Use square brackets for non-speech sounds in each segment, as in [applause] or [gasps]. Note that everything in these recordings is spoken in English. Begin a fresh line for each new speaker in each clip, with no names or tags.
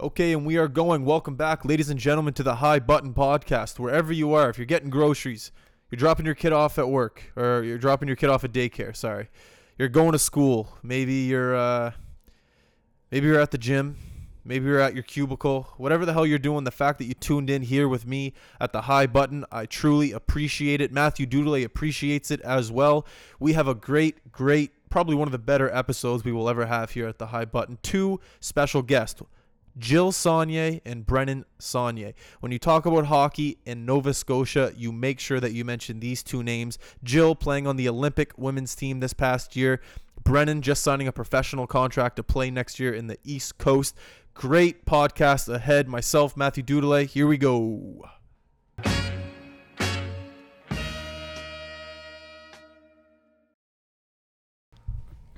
Okay, and we are going. Welcome back, ladies and gentlemen, to the High Button Podcast. Wherever you are, if you're getting groceries, you're dropping your kid off at work, or you're dropping your kid off at daycare. Sorry, you're going to school. Maybe you're, uh, maybe you're at the gym. Maybe you're at your cubicle. Whatever the hell you're doing, the fact that you tuned in here with me at the High Button, I truly appreciate it. Matthew Doodley appreciates it as well. We have a great, great, probably one of the better episodes we will ever have here at the High Button. Two special guests. Jill Saunier and Brennan Saunier. When you talk about hockey in Nova Scotia, you make sure that you mention these two names. Jill playing on the Olympic women's team this past year. Brennan just signing a professional contract to play next year in the East Coast. Great podcast ahead. Myself, Matthew Dudelay. Here we go.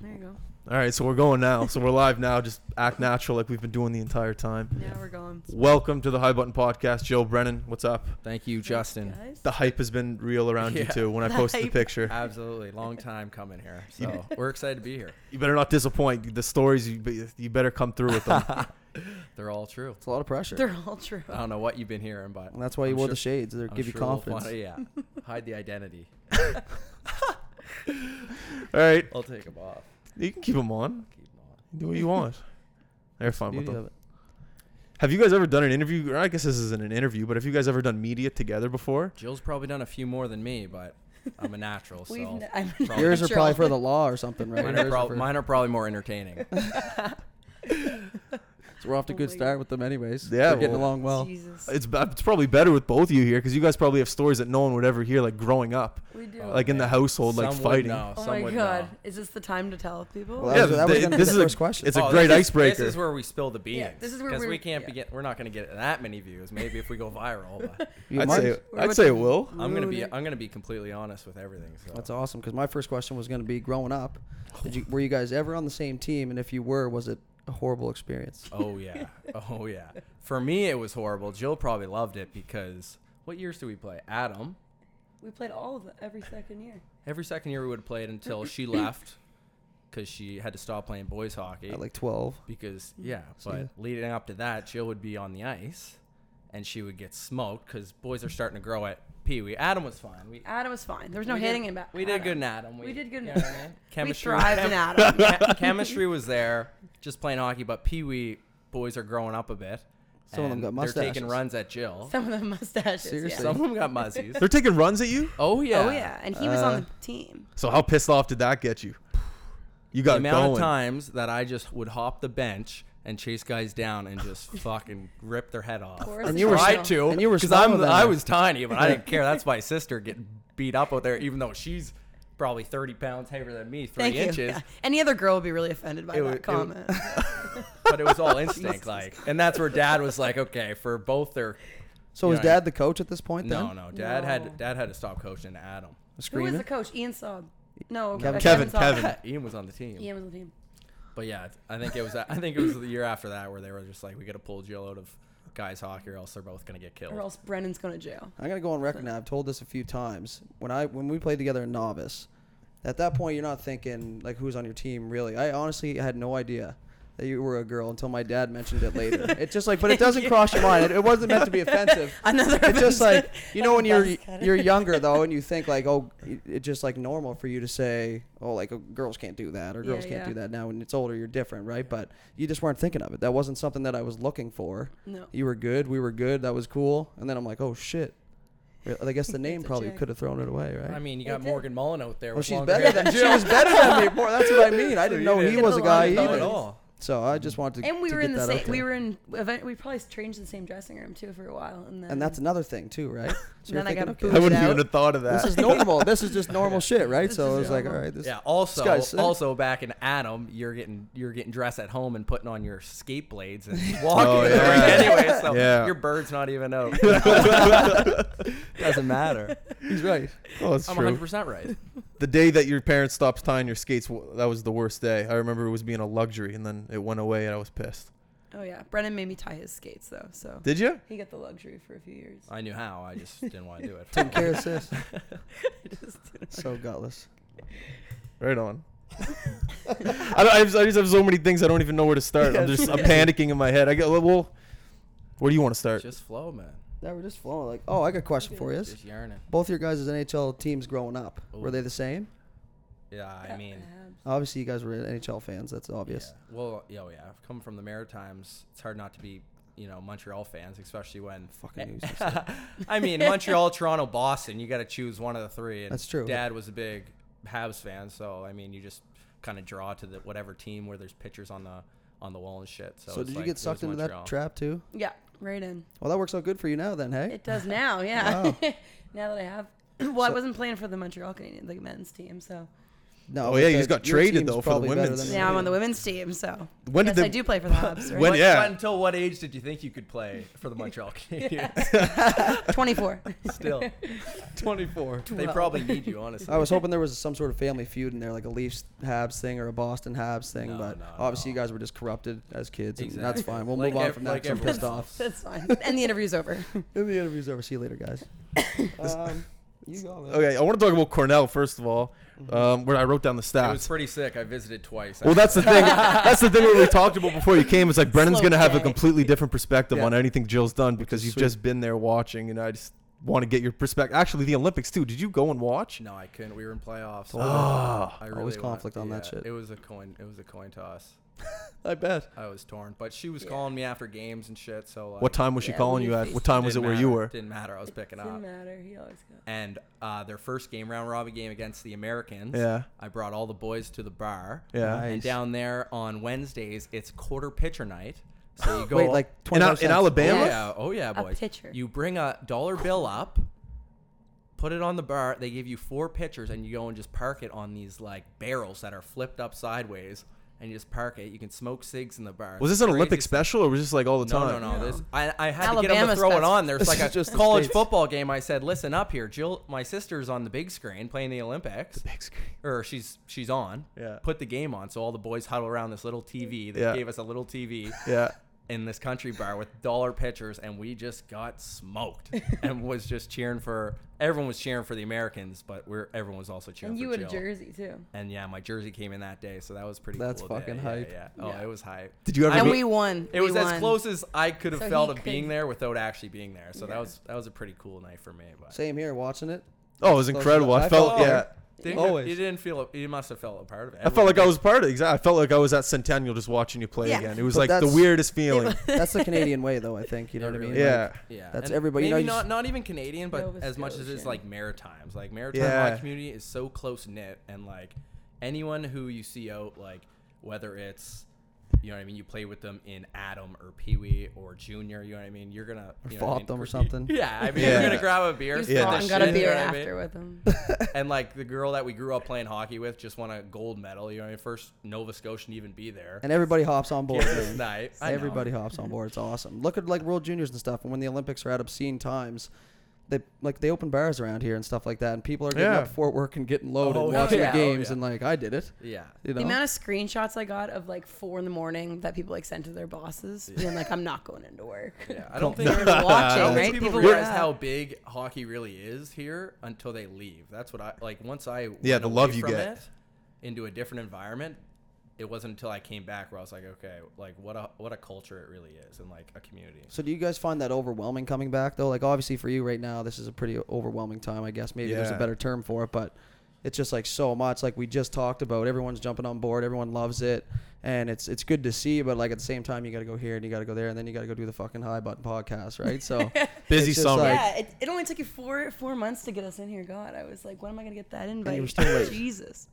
There you go.
All right, so we're going now. So we're live now. Just act natural like we've been doing the entire time.
Yeah, we're going.
Welcome to the High Button Podcast. Jill Brennan, what's up?
Thank you, Justin.
Guys.
The hype has been real around you
Yeah.
too when I
The
posted the
hype.
picture.
Absolutely. Long time coming here. So we're excited to be here.
You better not disappoint. The stories you be- you better come through with
[laughs]
them.
They're all true.
It's a lot of pressure.
They're all true.
I don't know what you've been hearing, but
and that's why you
I'm
wore
sure-
the shades. They
I'm
give you
sure we'll
confidence.
find- yeah. Hide the identity.
All right,
I'll take them off.
you can keep them on.
Keep 'em on.
Do what you want. They're fine with
Beauty
them.
of it.
Have you guys ever done an interview? Or I guess this isn't an interview, but have you guys ever done media together before?
Jill's probably done a few more than me, but I'm a natural.
[laughs]
so
We've n-
mine,
I'm
Probably.
Yours are
sure.
probably for the law or something, right?
are
Yours are
prob-
for-
mine are probably more entertaining.
so [laughs] we're off to a
Oh
good
my
start with them, anyways.
Yeah,
They're getting
well-
along well.
Jesus.
It's b- it's probably better with both of you here because you guys probably have stories that no one would ever hear, like growing up,
we do.
like in the household, like
Oh, Some would
fighting.
know,
oh
some
my
would
god.
know.
Is this the time to tell people?
Well,
Yeah,
that was, that was
they-
gonna be
this
the
is a-
first question.
it's a
Oh,
great
this is-
icebreaker.
This is where we spill the beans.
Yeah, this is where
because
we're-
we can't be
yeah.
get, we're not going to get that many views. Maybe if we go viral.
[laughs]
But
You
I'd
might-
say
We're
I'd
about
say
to-
it will.
I'm going to be
Rude.
I'm going to be completely honest with everything. So.
that's awesome because my first question was gonna be growing up. Did you, were you guys ever on the same team? And if you were, was it a horrible experience?
Oh yeah. Oh yeah. For me it was horrible. Jill probably loved it because what years do we play? Adam.
we played all of it every second year.
Every second year we would have played until she left cuz she had to stop playing boys hockey
At like 12.
because yeah,
So,
but
yeah.
leading up to that Jill would be on the ice and she would get smoked cuz boys are starting to grow at Pee Wee. Adam was fine. We
Adam was fine. There was no
we
hitting
did,
him back.
We did good in Adam.
We did good in
you know what I
Adam.
mean?
We
Chemistry
thrived in Adam.
[laughs] Che- chemistry was there, just playing hockey. But Pee Wee boys are growing up a bit.
Some of
and
them got
They're taking
mustaches.
runs at Jill.
Some of the mustaches.
Seriously.
Yeah.
Some of them got muzzies.
[laughs]
They're taking runs at you.
Oh yeah.
Oh yeah, and he was
Uh,
on the team.
So how pissed off did that get you? You
The
got
amount
going.
of times that I just would hop the bench and chase guys down and
[laughs]
just fucking rip their head off.
Poor And
you were
tried
small-
to,
and you were
because I'm
smaller than
I
her.
was tiny, but I
[laughs]
didn't care. That's my sister getting beat up out there, even though she's probably 30 pounds heavier than me, three
Thank you.
inches.
Yeah. Any other girl would be really offended by
It
that
would- it would- [laughs]
comment.
but it was all instinct, like, and that's where Dad was like, okay, for both their.
So
You
was
know, I-
dad the coach at this point?
No,
then?
no, Dad had
No.
Dad had to stop coaching Adam.
Who was
Screaming.
the coach? Ian Saab. No,
Kevin.
uh,
Kevin,
Saab. [laughs]
Kevin.
[laughs] Ian was on the team,
Ian was on the team.
but yeah, I think it was I think it was the year after that where they were just like, we got to pull Jill out of guys hockey, or else they're both gonna get killed.
Or else Brennan's going to jail.
I'm gonna go on record now. I've told this a few times. When I when we played together in novice, at that point you're not thinking like who's on your team really. I honestly had no idea that you were a girl until my dad mentioned it later.
[laughs]
it's just like, but it doesn't cross your mind. It, it wasn't meant to be offensive.
Another
It's just like you know when you're
Best cut.
you're younger though, and you think
[laughs]
like oh, it- it's just like normal for you to say oh like oh, girls can't do that or
Yeah,
girls can't
yeah.
do that now. When it's older, you're different, right? But you just weren't thinking of it. That wasn't something that I was looking for
[laughs] No.
you were good, we were good, that was cool. And then I'm like, oh shit. Re-
[laughs]
I guess the name
It's a
probably
chick.
could have thrown it away, right?
I mean, you
They
got
did.
Morgan Mullen out there.
well,
with
she's
longer
better
hair
than
than
she
Jill.
was better than me. Boy,
[laughs]
that's what I mean. I
So
didn't
you
know he
didn't
was a guy
belong
[laughs] Not at
either.
all.
So I just wanted to
And we
to
were
get
in the
that
same.
out
We
there.
were in. event- We probably changed in the same dressing room too for a while, and then [laughs]
and that's another thing too, right? So you're
Then I got
thinking,
I
okay,
booted
wouldn't
out.
even have thought of
[laughs]
this
that.
is normal. This is just normal shit, right?
This
so
is
I was like, all
normal.
right, this
Yeah.
guy's
Also,
sick.
also back in Adam, you're getting you're getting dressed at home and putting on your skate blades and walking
Oh,
everywhere
yeah.
anyway. So
Yeah.
your bird's not even out.
[laughs]
[laughs]
doesn't matter. [laughs]
[laughs]
He's right.
[laughs] Oh, that's
I'm
true.
100 percent right.
the day that your parents stopped tying your skates, w- that was the worst day. I remember it was being a luxury, and then it went away, and I was pissed.
oh yeah, Brennan made me tie his skates though, so
Did you?
he got the luxury for a few years.
I knew how. I
[laughs]
just didn't want
[laughs]
to do it. [laughs]
Didn't care, sis. [laughs]
I just didn't-
So gutless.
Right on. I, don't, I, just, I just have so many things I don't even know where to start. I'm
Yeah,
just I'm
yeah.
panicking in my head. I go well, well, where do you want to start?
Just flow, man.
Yeah, we're just flowing. Like, oh, I got a question for you.
Just yarning.
Both your guys' NHL teams growing up, were
Ooh.
they the same?
Yeah, I mean,
Obviously, you guys were NHL fans. That's obvious.
Yeah. Well, yeah, oh, yeah. I've come from the Maritimes. It's hard not to be, you know, Montreal fans, especially when. [laughs]
Fucking
I mean, Montreal, [laughs] Toronto, Boston. You got to choose one of the three. And
That's true.
Dad was a big Habs fan, so I mean, you just kind of draw to the whatever team where there's pictures on the on the wall and shit. So,
So
it's
did you
like, it
get
was
sucked into
Montreal.
that trap too?
Yeah, right in.
Well, that works out good for you now, then. Hey,
It does now, yeah.
Wow.
[laughs] now that I have. [clears throat] Well, I
So-
wasn't playing for the Montreal Canadiens, the men's team, so.
no.
Oh,
but
yeah, you
the-
just got
your
traded,
team's
though, for the
probably better
women's.
than
Now I'm on the
mine.
women's team, so.
When did
yes,
the-
I do play for the Habs, right? [laughs]
When-
But
yeah.
Until what age did you think you could play for
[laughs]
the Montreal [laughs] Canadiens?
24.
Still, 24. They probably need you, honestly.
I was hoping there was some sort of family feud in there, like a Leafs Habs thing or a Boston Habs thing,
No,
but
no,
obviously
no.
you guys were just corrupted as kids, and [laughs] that's
Exactly.
fine. We'll
Like
move on
ev-
from that.
like
'cause I'm
everyone
pissed
else. [laughs]
off.
That's fine. [laughs] And the interview's over.
In the interviews over. See you later, [coughs] guys. um, you go. man.
Okay, I want to talk about Cornell first of all. Um, where I wrote down the
It was
stats.
pretty sick. I visited twice.
Well, that's the thing. that's the thing where we talked about before you came. It's like Brennan's
Slow
gonna have a
down.
completely different perspective
Yeah.
on anything Jill's done
is
because you've
sweet.
just been there watching, and I just want to get your perspective. Actually, the Olympics too. Did you go and watch?
[laughs] No, I couldn't. We were in playoffs.
Ah.
I
Always
wa-
conflict on that shit.
It was a coin. It was a coin toss.
I bet.
I was torn, but she was calling me after games and shit. So like,
What time was she
Yeah,
calling
we
you at?
faced-
What time was it
didn't
where you
matter.
were?
Didn't matter. I was picking up.
Doesn't matter. He always got.
And uh, their first game, round robin game against the Americans.
Yeah.
I brought all the boys to the bar.
Yeah.
Nice.
And down there on Wednesdays, it's quarter pitcher night. So
[gasps]
you go
Wait, like
In,
twenty.
Al- in Alabama?
Oh yeah, oh yeah,
A
boys.
pitcher.
You bring a dollar bill up, put it on the bar. They give you four pitchers, and you go and just park it on these like barrels that are flipped up sideways, and you just park it. You can smoke cigs in the bar.
Was
It's
this an
the
Olympic
craziest-
special or was this like all the
No,
time?
no, no. This I, I had to get them to
Alabama
throw it
[laughs]
special.
on. There's
This
like a
is just the
college
States.
football game. I said, listen up here, Jill. My sister's on the big screen playing the Olympics
Big screen.
or she's she's on.
Yeah.
Put the game on, so all the boys huddle around this little TV. They
Yeah.
gave us a little TV.
Yeah.
In this country bar with dollar pitchers, and we just got smoked,
[laughs]
and was just cheering for everyone was cheering for the Americans, but we're everyone was also cheering
And you
for
had a
Jill.
jersey, too.
And yeah, my jersey came in that day, so that was pretty.
That's
cool day.
fucking
Yeah,
hype.
Yeah, Oh,
Yeah.
it was hype.
Did you ever?
And
go-
we won.
It
We
was as
won.
close as I could have
So
felt
he
of being
could-
there without actually being there. So that
Yeah.
was that was a pretty cool night for me. But
Same here,
[laughs]
watching it.
oh, it was incredible. I
I
felt
felt
oh,
Oh.
yeah.
honored.
Didn't
Always.
You, you didn't feel you must have felt a part of it.
I felt like I was part of. Exactly. I felt like I was at Centennial just watching you play
Yeah.
again. It was
But
like the
that's-
weirdest feeling.
That's the Canadian way, though. I think you know what I mean.
Yeah.
Yeah,
That's
and
everybody- you know,
Maybe
you
not
just-
not even Canadian, but
Nova
as much as it's
Scotian.
like Maritimes. Like Maritime
Yeah.
my community is so close knit, and like anyone who you see out, like whether it's you know what I mean, you play with them in Adam or Pee Wee or Junior. You know what I mean? You're gonna you know what I mean?
Fought them or something.
[laughs] Yeah, I mean,
Yeah.
you're gonna grab a beer,
You
split
Yeah.
fought
the
and got a
shit, you
beer
know what I mean?
after with him.
[laughs] and like the girl that we grew up playing hockey with just won a gold medal. You know, what I mean? first Nova Scotian to even be there.
And everybody hops on board.
Yeah, it's
man.
nice. I know.
Everybody hops on board. It's awesome. Look at like World Juniors and stuff, and when the Olympics are at obscene times, they like they open bars around here and stuff like that, and people are getting
Yeah.
up for work and getting loaded,
Oh,
and watching
yeah.
the
Oh,
games,
yeah.
and like I did it.
Yeah.
You know,
The amount of screenshots I got of like four in the morning that people like sent to their bosses, being like, "I'm not going into work."
Yeah,
[laughs]
I don't think
They're watching,
I don't
right?
think people
were
realize
up.
how big hockey really is here until they leave. That's what I like. Once I
Yeah,
went
the love
away
you
from
get.
it into a different environment. It wasn't until I came back where I was like, okay, like what a what a culture it really is, and like a community.
so do you guys find that overwhelming coming back though? Like obviously for you right now, this is a pretty overwhelming time. I guess maybe there's a
Yeah.
better term for it, but it's just like so much. Like we just talked about, everyone's jumping on board, everyone loves it, and it's it's good to see. But like at the same time, you got to go here and you got to go there, and then you got to go do the fucking high button podcast,
[laughs]
right? So
Busy
it's just
summer.
[laughs]
like-
Yeah, it, it only took you four four months to get us in here. God, I was like, when am I gonna get that invite?
were still late.
Jesus.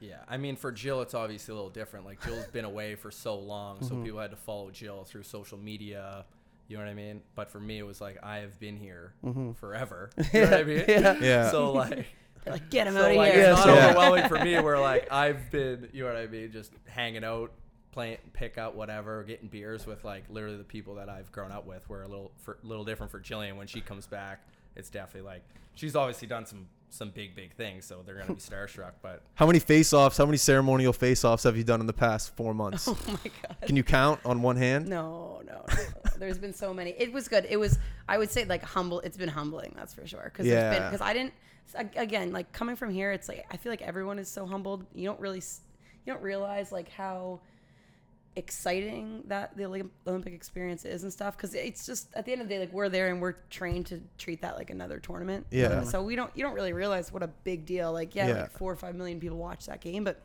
Yeah, I mean, for Jill, it's obviously a little different. Like Jill's been away for so long, so
Mm-hmm.
people had to follow Jill through social media. You know what I mean? But for me, it was like I have been here
[laughs]
forever. You know what I mean?
Yeah.
Mm-hmm. Yeah.
[laughs] So like,
They're like, get him
so
out of
like,
here.
it's not
Yeah.
overwhelming for me. Where like I've been, you know what I mean? Just hanging out, playing pickup, whatever, getting beers with like literally the people that I've grown up with. We're a little for, little different for Jillian when she comes back. It's definitely like she's obviously done some some big big things, so they're
[laughs]
gonna be starstruck. But
How many face-offs? How many ceremonial face-offs have you done in the past four months?
[laughs] [laughs] Oh my god.
Can you count on one hand?
No, no, no. There's been so many. It was good. It was. I would say like humble. It's been humbling. That's for sure. Because
Yeah.
Because I didn't. ag- Again, like coming from here, it's like I feel like everyone is so humbled. You don't really. s- you don't realize like how exciting that the Olymp- Olympic experience is and stuff because it's just at the end of the day like we're there and we're trained to treat that like another tournament.
Yeah.
So we don't you don't really realize what a big deal like yeah,
Yeah.
like four or five million people watch that game, but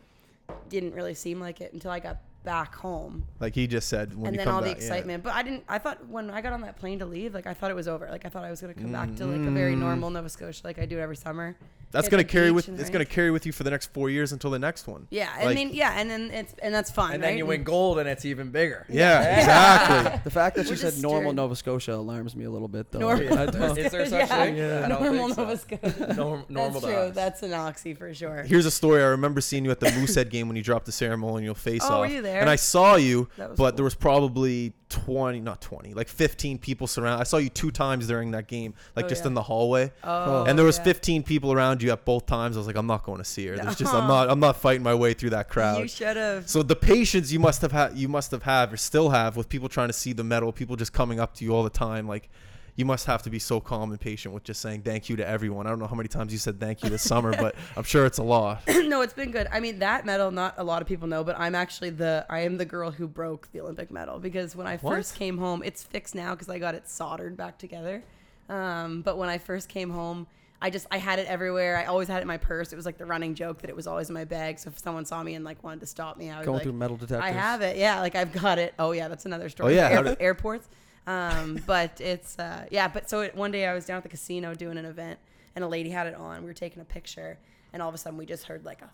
didn't really seem like it until I got back home
Like he just said, when
and
you
then
come
all
back,
the excitement. But I didn't. I thought when I got on that plane to leave, like I thought it was over. Like I thought I was gonna come back to like a very normal Nova Scotia, like I do every summer.
Yeah. Mm. That's
Hit
gonna
the
carry
beach
with
and
it's
hike.
gonna carry with you for the next four years until the next one.
Yeah, I
Like-
mean, yeah, and then it's and that's fun.
And then
right?
you win gold, and it's even bigger.
Yeah, exactly.
The fact that
We're
you said
just
normal
stirred.
Nova Scotia alarms me a little
[laughs]
bit,
[laughs]
though.
Normal
I don't-
Is there such
Yeah.
thing?
Yeah.
I don't
Normal
think so.
Nova Scotia.
Norm, normal
that's
to
true.
us.
That's an oxy for sure.
Here's a story. I remember seeing you at the
[laughs]
Moosehead game when you dropped the ceremonial face
Oh,
off.
were you there?
And I saw you,
That
but
was
there
cool.
was probably 20, not 20, like 15 people surround. I saw you two times during that game, like
Oh,
just
yeah.
in the hallway.
Oh,
and there was
yeah.
15 people around you at both times. I was like, I'm not going to see her. There's just
[laughs]
I'm not I'm not fighting my way through that crowd.
You should have.
So the patience you must have had, you must have had, or still have, with people trying to see the medal, people just coming up to you all the time, like. You must have to be so calm and patient with just saying thank you to everyone. I don't know how many times you said thank you this summer,
[laughs]
but I'm sure it's a lot.
no, it's been good. I mean, that medal, not a lot of people know, but I'm actually the I am the girl who broke the Olympic medal because when I
What?
first came home, it's fixed now because I got it soldered back together. Um, but when I first came home, I just I had it everywhere. I always had it in my purse. It was like the running joke that it was always in my bag. So if someone saw me and like wanted to stop me, I was
Going
like,
through metal detectors.
I have it. Yeah, like I've got it. Oh yeah, that's another story.
Oh, yeah,
Air-
how did-
[laughs] airports. Um, but it's uh, yeah. But so it, one day I was down at the casino doing an event, and a lady had it on. We were taking a picture, and all of a sudden we just heard like a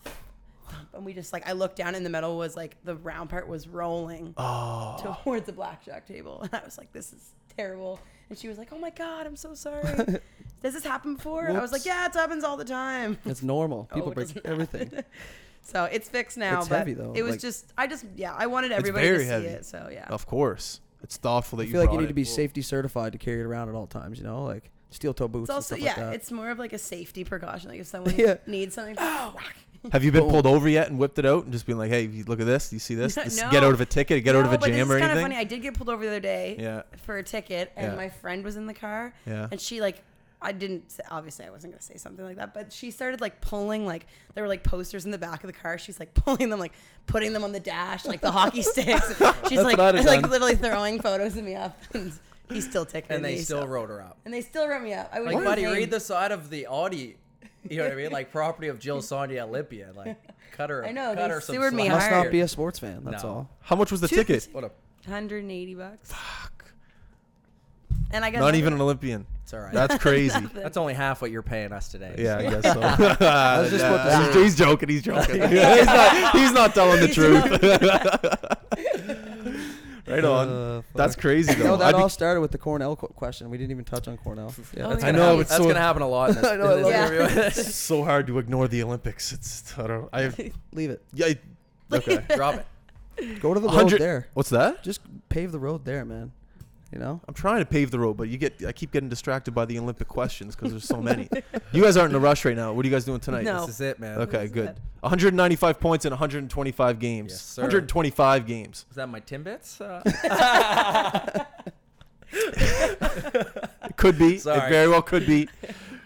thump, and we just like I looked down, and the metal was like the round part was rolling
Oh.
towards the blackjack table, [laughs] and I was like, this is terrible. And she was like, oh my god, I'm so sorry.
[laughs]
Does this happen before? I was like,
Whoops.
yeah, it happens all the time.
[laughs]
[laughs]
It's normal. People
Oh, it
break
doesn't [laughs]
everything.
So it's fixed now,
It's
but
heavy, though,
it was
like-
just I just yeah I wanted everybody to
very
see
heavy.
it. So yeah.
Of course, it's thoughtful that
I
you
feel like you
brought
need to
it.
be safety certified to carry it around at all times. You know, like steel toe boots.
It's also
and stuff
yeah,
like that.
it's more of like a safety precaution. Like if someone
Yeah.
needs something, Oh, whack.
Have you been pulled over yet and whipped it out and just been like, "Hey, you look at this. Do you see
[laughs]
this? This- Get out of a ticket. Get out
No,
of a
but this
jam
is
or
kinda
anything."
funny. I did get pulled over the other day
Yeah.
for a ticket, and
Yeah.
my friend was in the car,
Yeah.
and she like. I didn't say, obviously I wasn't gonna say something like that, but she started like pulling like there were like posters in the back of the car. She's like [laughs] pulling them, like putting them on the dash, like the hockey sticks. She's like
what I'd have
like
done.
literally throwing photos of me up, [laughs] and he still ticketed
and they
me,
still
so-
wrote her up.
and they still wrote me up. I would
Like,
like,
buddy, read the side of the Audi. You know what
[laughs]
I mean? Like property of Jill Sonia Olympia. Like cut her.
I know,
Cut
they
her some
sewered me
slack.
must
hard.
not be a sports fan. That's
No.
all.
How much was the
Two-
ticket?
What a.
180 bucks,
Fuck.
and I got
Not
another-
even an Olympian.
It's all right.
That's
[laughs]
crazy.
That's only half what you're paying us today.
Yeah, I guess
[laughs]
so. That's
just about to say.
he's joking. He's joking. he's, not, he's not telling the
He's
truth. [laughs] right on.
Uh,
That's crazy though.
No, that
I'd be-
all started with the Cornell qu- question. We didn't even touch on
[laughs]
Cornell. Yeah,
Oh,
that's
yeah.
I
gonna
know,
happen-
but
that's
so-
gonna happen a
[laughs]
lot. In this,
I know, I
in
love
this
it.
interview.
[laughs] it's so hard to ignore the Olympics. It's I don't.
[laughs]
I
leave it.
yeah. I- Okay.
[laughs] Drop it.
Go to the road
100
there.
What's that?
Just pave the road there, man. You know.
I'm trying to pave the road, but you get I keep getting distracted by the Olympic questions because there's so many. you guys aren't in a rush right now. What are you guys doing tonight?
No.
This is it, man.
Okay,
This is
good.
it.
195 points in 125 games.
Yes, sir.
125 games.
Is that my Timbits? Uh,
[laughs]
[laughs]
It could be. It
Sorry.
very well could be.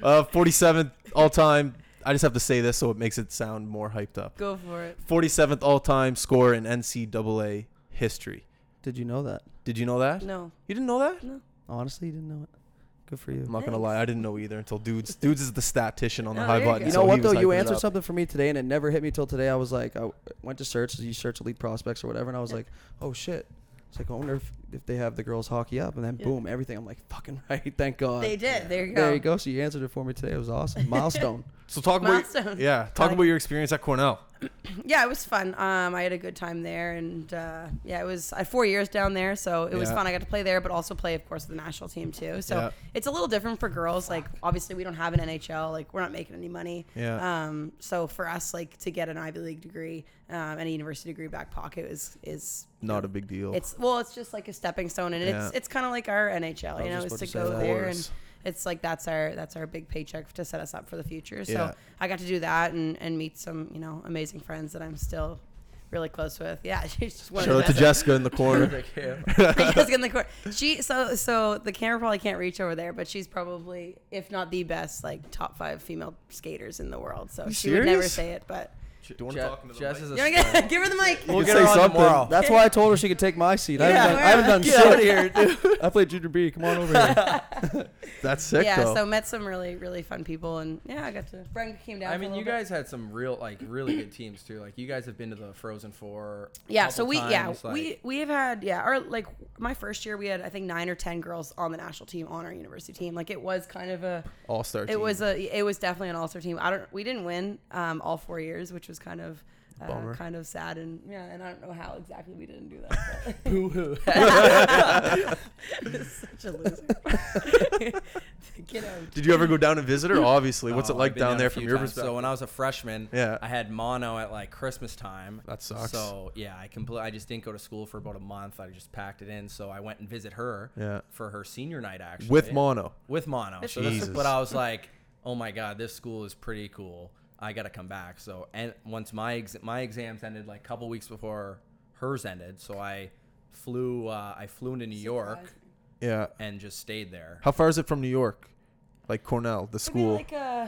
Uh, 47th all time. I just have to say this so it makes it sound more hyped up.
Go for it.
47th all time score in NCAA history.
Did you know that?
Did you know that?
No.
You didn't know that?
Honestly, you didn't know it. Good for
I'm
you.
not gonna
Thanks.
lie, I didn't know either until dudes. Dudes is the statistician on the
Oh,
high
there you
button.
go.
You
so
know
he
what
was
though? You
hyping it
answered
up.
something for me today, and it never hit me till today. I was like, I went to search. You search elite prospects or whatever, and I was like, oh shit. It's like I wonder if, if they have the girls hockey up, and then
Yeah.
boom, everything. I'm like, fucking [laughs] right. Thank God.
They did. There you go.
There you go. So you answered it for me today. It was
[laughs]
awesome. Milestone.
So talk about your,
Milestone.
yeah, talk
Like-
about your experience at Cornell.
Yeah, it was fun. Um, I had a good time there, and uh, yeah, it was. I had four years down there, so it was
Yeah.
fun. I got to play there, but also play, of course, with the national team too. So
Yeah.
it's a little different for girls. Like obviously, we don't have an NHL. Like we're not making any money.
Yeah.
Um, so for us, like to get an Ivy League degree um, and a university degree back pocket is is
Not a big deal.
It's well, it's just like a stepping stone, and it's
Yeah.
it's kind of like our NHL,
was
you know,
just
is
about
to
to say
go
that.
there and
Course.
it's like that's our that's our big paycheck to set us up for the future. So
Yeah.
I got to do that and and meet some you know amazing friends that I'm still really close with. Yeah, [laughs] she's just one
Shout out
of the
to
best.
Jessica
[laughs]
in the corner.
Like, yeah.
[laughs]
Jessica in the court. She so so the camera probably can't reach over there, but she's probably if not the best like top five female skaters in the world. So she would never
serious?
say it, but
Do you want to
Je-
talk into the
Jess
mic?
is a
You wanna get- [laughs]
star.
give her the mic.
We'll get her on tomorrow.
That's why I told her she could take my seat. I haven't
Yeah,
done, I haven't done
Get out of
shit.
here, dude.
[laughs] I played Junior B. Come on over
[laughs]
here.
That's sick
yeah,
though.
so met some really really fun people, and yeah, I got to. Brendan came down.
I
for a
mean,
little
you
bit.
guys had some real, like, really good teams too. Like, you guys have been to the Frozen Four. a
Yeah, so
couple
we yeah
times, like-
we we have had yeah our like my first year we had I think nine or ten girls on the national team on our university team. Like it was kind of a
All star.
it was a it was definitely an all-star team. I don't we didn't win um, all four years, which was kind of uh,
Bummer.
kind of sad and yeah. And I don't know how exactly we didn't do that. but- [laughs]
Boo-hoo. [laughs]
Such a loser.
[laughs]
[laughs] Get out.
Did you ever go down and visit
[laughs]
her? Obviously. What's
Oh,
it like
I've been
down there
a
from
few
your
times.
perspective?
So when I was a freshman,
Yeah.
I had mono at like Christmas time.
That sucks.
So yeah, I completely. I just didn't go to school for about a month. I just packed it in. So I went and visit her
Yeah.
for her senior night actually
With mono.
With mono. So this is-
Jesus.
but I was like, oh my god, this school is pretty cool. I gotta come back. So and once my ex- my exams ended like a couple weeks before hers ended, so I flew uh, I flew into New York
Yeah.
and just stayed there.
How far is it from New York? Like Cornell, the school.
Like uh,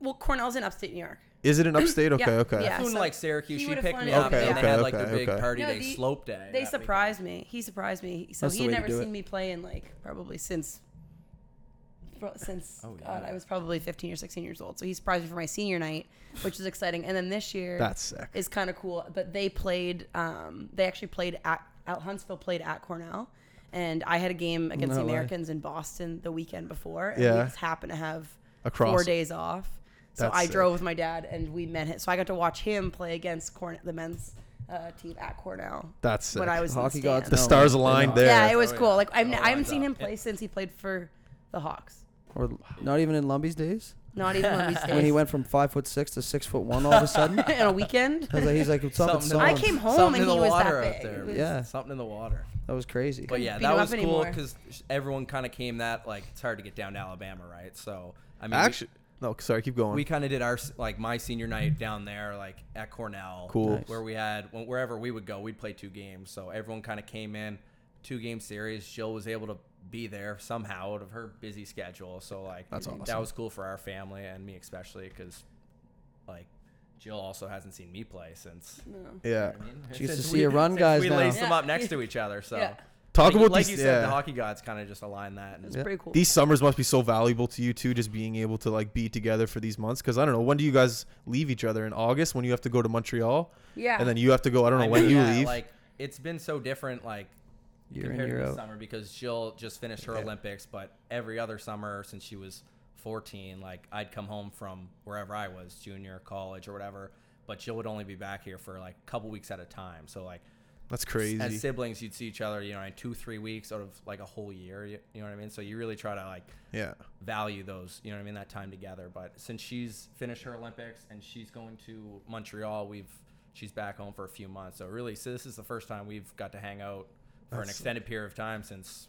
well, Cornell's in upstate New York.
is
[clears throat]
it in upstate? Okay,
yeah,
okay.
yeah.
I flew into
so
like Syracuse.
he
She
would've
picked
flown
me
in.
up, and
Okay,
they had
okay,
like the
okay,
big
okay.
party
No,
day
the-
slope day.
They
that
surprised me. He surprised me. So
That's
he
the
had
way to
never
do
seen
it.
me play in like probably since pro- since
Oh,
God,
yeah.
I was probably 15 or 16 years old. So he surprised me for my senior night, which is exciting. And then this year
That's sick.
is kind of cool. But they played. Um, they actually played at, at Huntsville played at Cornell. And I had a game against
No
the
way.
Americans in Boston the weekend before, and we
Yeah.
just happened to have
Across-
four days off. So
That's
I
sick.
drove with my dad, and we met him. So I got to watch him play against Corn- the men's uh, team at Cornell.
That's sick.
when I was
Hockey
in the
gods
stands.
the
No,
stars
they're
aligned
not.
there.
Yeah, it was
Oh,
cool.
yeah.
Like I've,
Oh,
n- I
I
haven't seen
know.
him play since he played for the Hawks.
Or not even in Lumby's days
Not even
[laughs]
when we stayed. [laughs]
when he went from five foot six to six foot one all of a
[laughs]
sudden.
on a weekend.
I was like, he's like, what's up? It's
Something in
I
someone."
the-
came home
something
and
in
he
the
was
water
that
out
big.
there.
It was-
Yeah.
Something in the water.
That was crazy.
But yeah,
beat
that
him
was
up
cool
anymore.
because everyone kind of came that like it's hard to get down to Alabama, right? So I mean,
Actually, no, sorry, keep going.
we, we kind of did our s- like my senior night down there, like at Cornell,
Cool. Nice.
where we had when- wherever we would go, we'd play two games. So everyone kind of came in, two game series. Jill was able to be there somehow out of her busy schedule. So like
That's awesome.
That was cool for our family and me especially because like Jill also hasn't seen me play since.
yeah.
I mean,
She gets to
since
see you run,
since
guys,
We
now.
laced them up
Yeah.
next to each other,
[laughs]
so.
Yeah.
Talk
Like-
about
like
these.
you said,
yeah.
the hockey gods kind of just align that. And
It's pretty cool.
these summers must be so valuable to you too, just being able to like be together for these months. Because I don't know, when do you guys leave each other? In August, when you have to go to Montreal,
yeah.
and then you have to go. I don't know
I
when
mean,
you
yeah,
leave.
Like it's been so different, like
Year in,
compared
year
to the
out.
summer because Jill just finished her
Yeah.
Olympics, but every other summer since she was 14, like I'd come home from wherever I was, junior college or whatever, but Jill would only be back here for like a couple weeks at a time. So like
That's crazy.
as siblings, you'd see each other, you know, in two, three weeks out of like a whole year. You, you know what I mean? So you really try to like
yeah.
value those, you know what I mean, that time together. But since she's finished her Olympics and she's going to Montreal, we've she's back home for a few months. So really, so this is the first time we've got to hang out for an
That's-
extended period of time since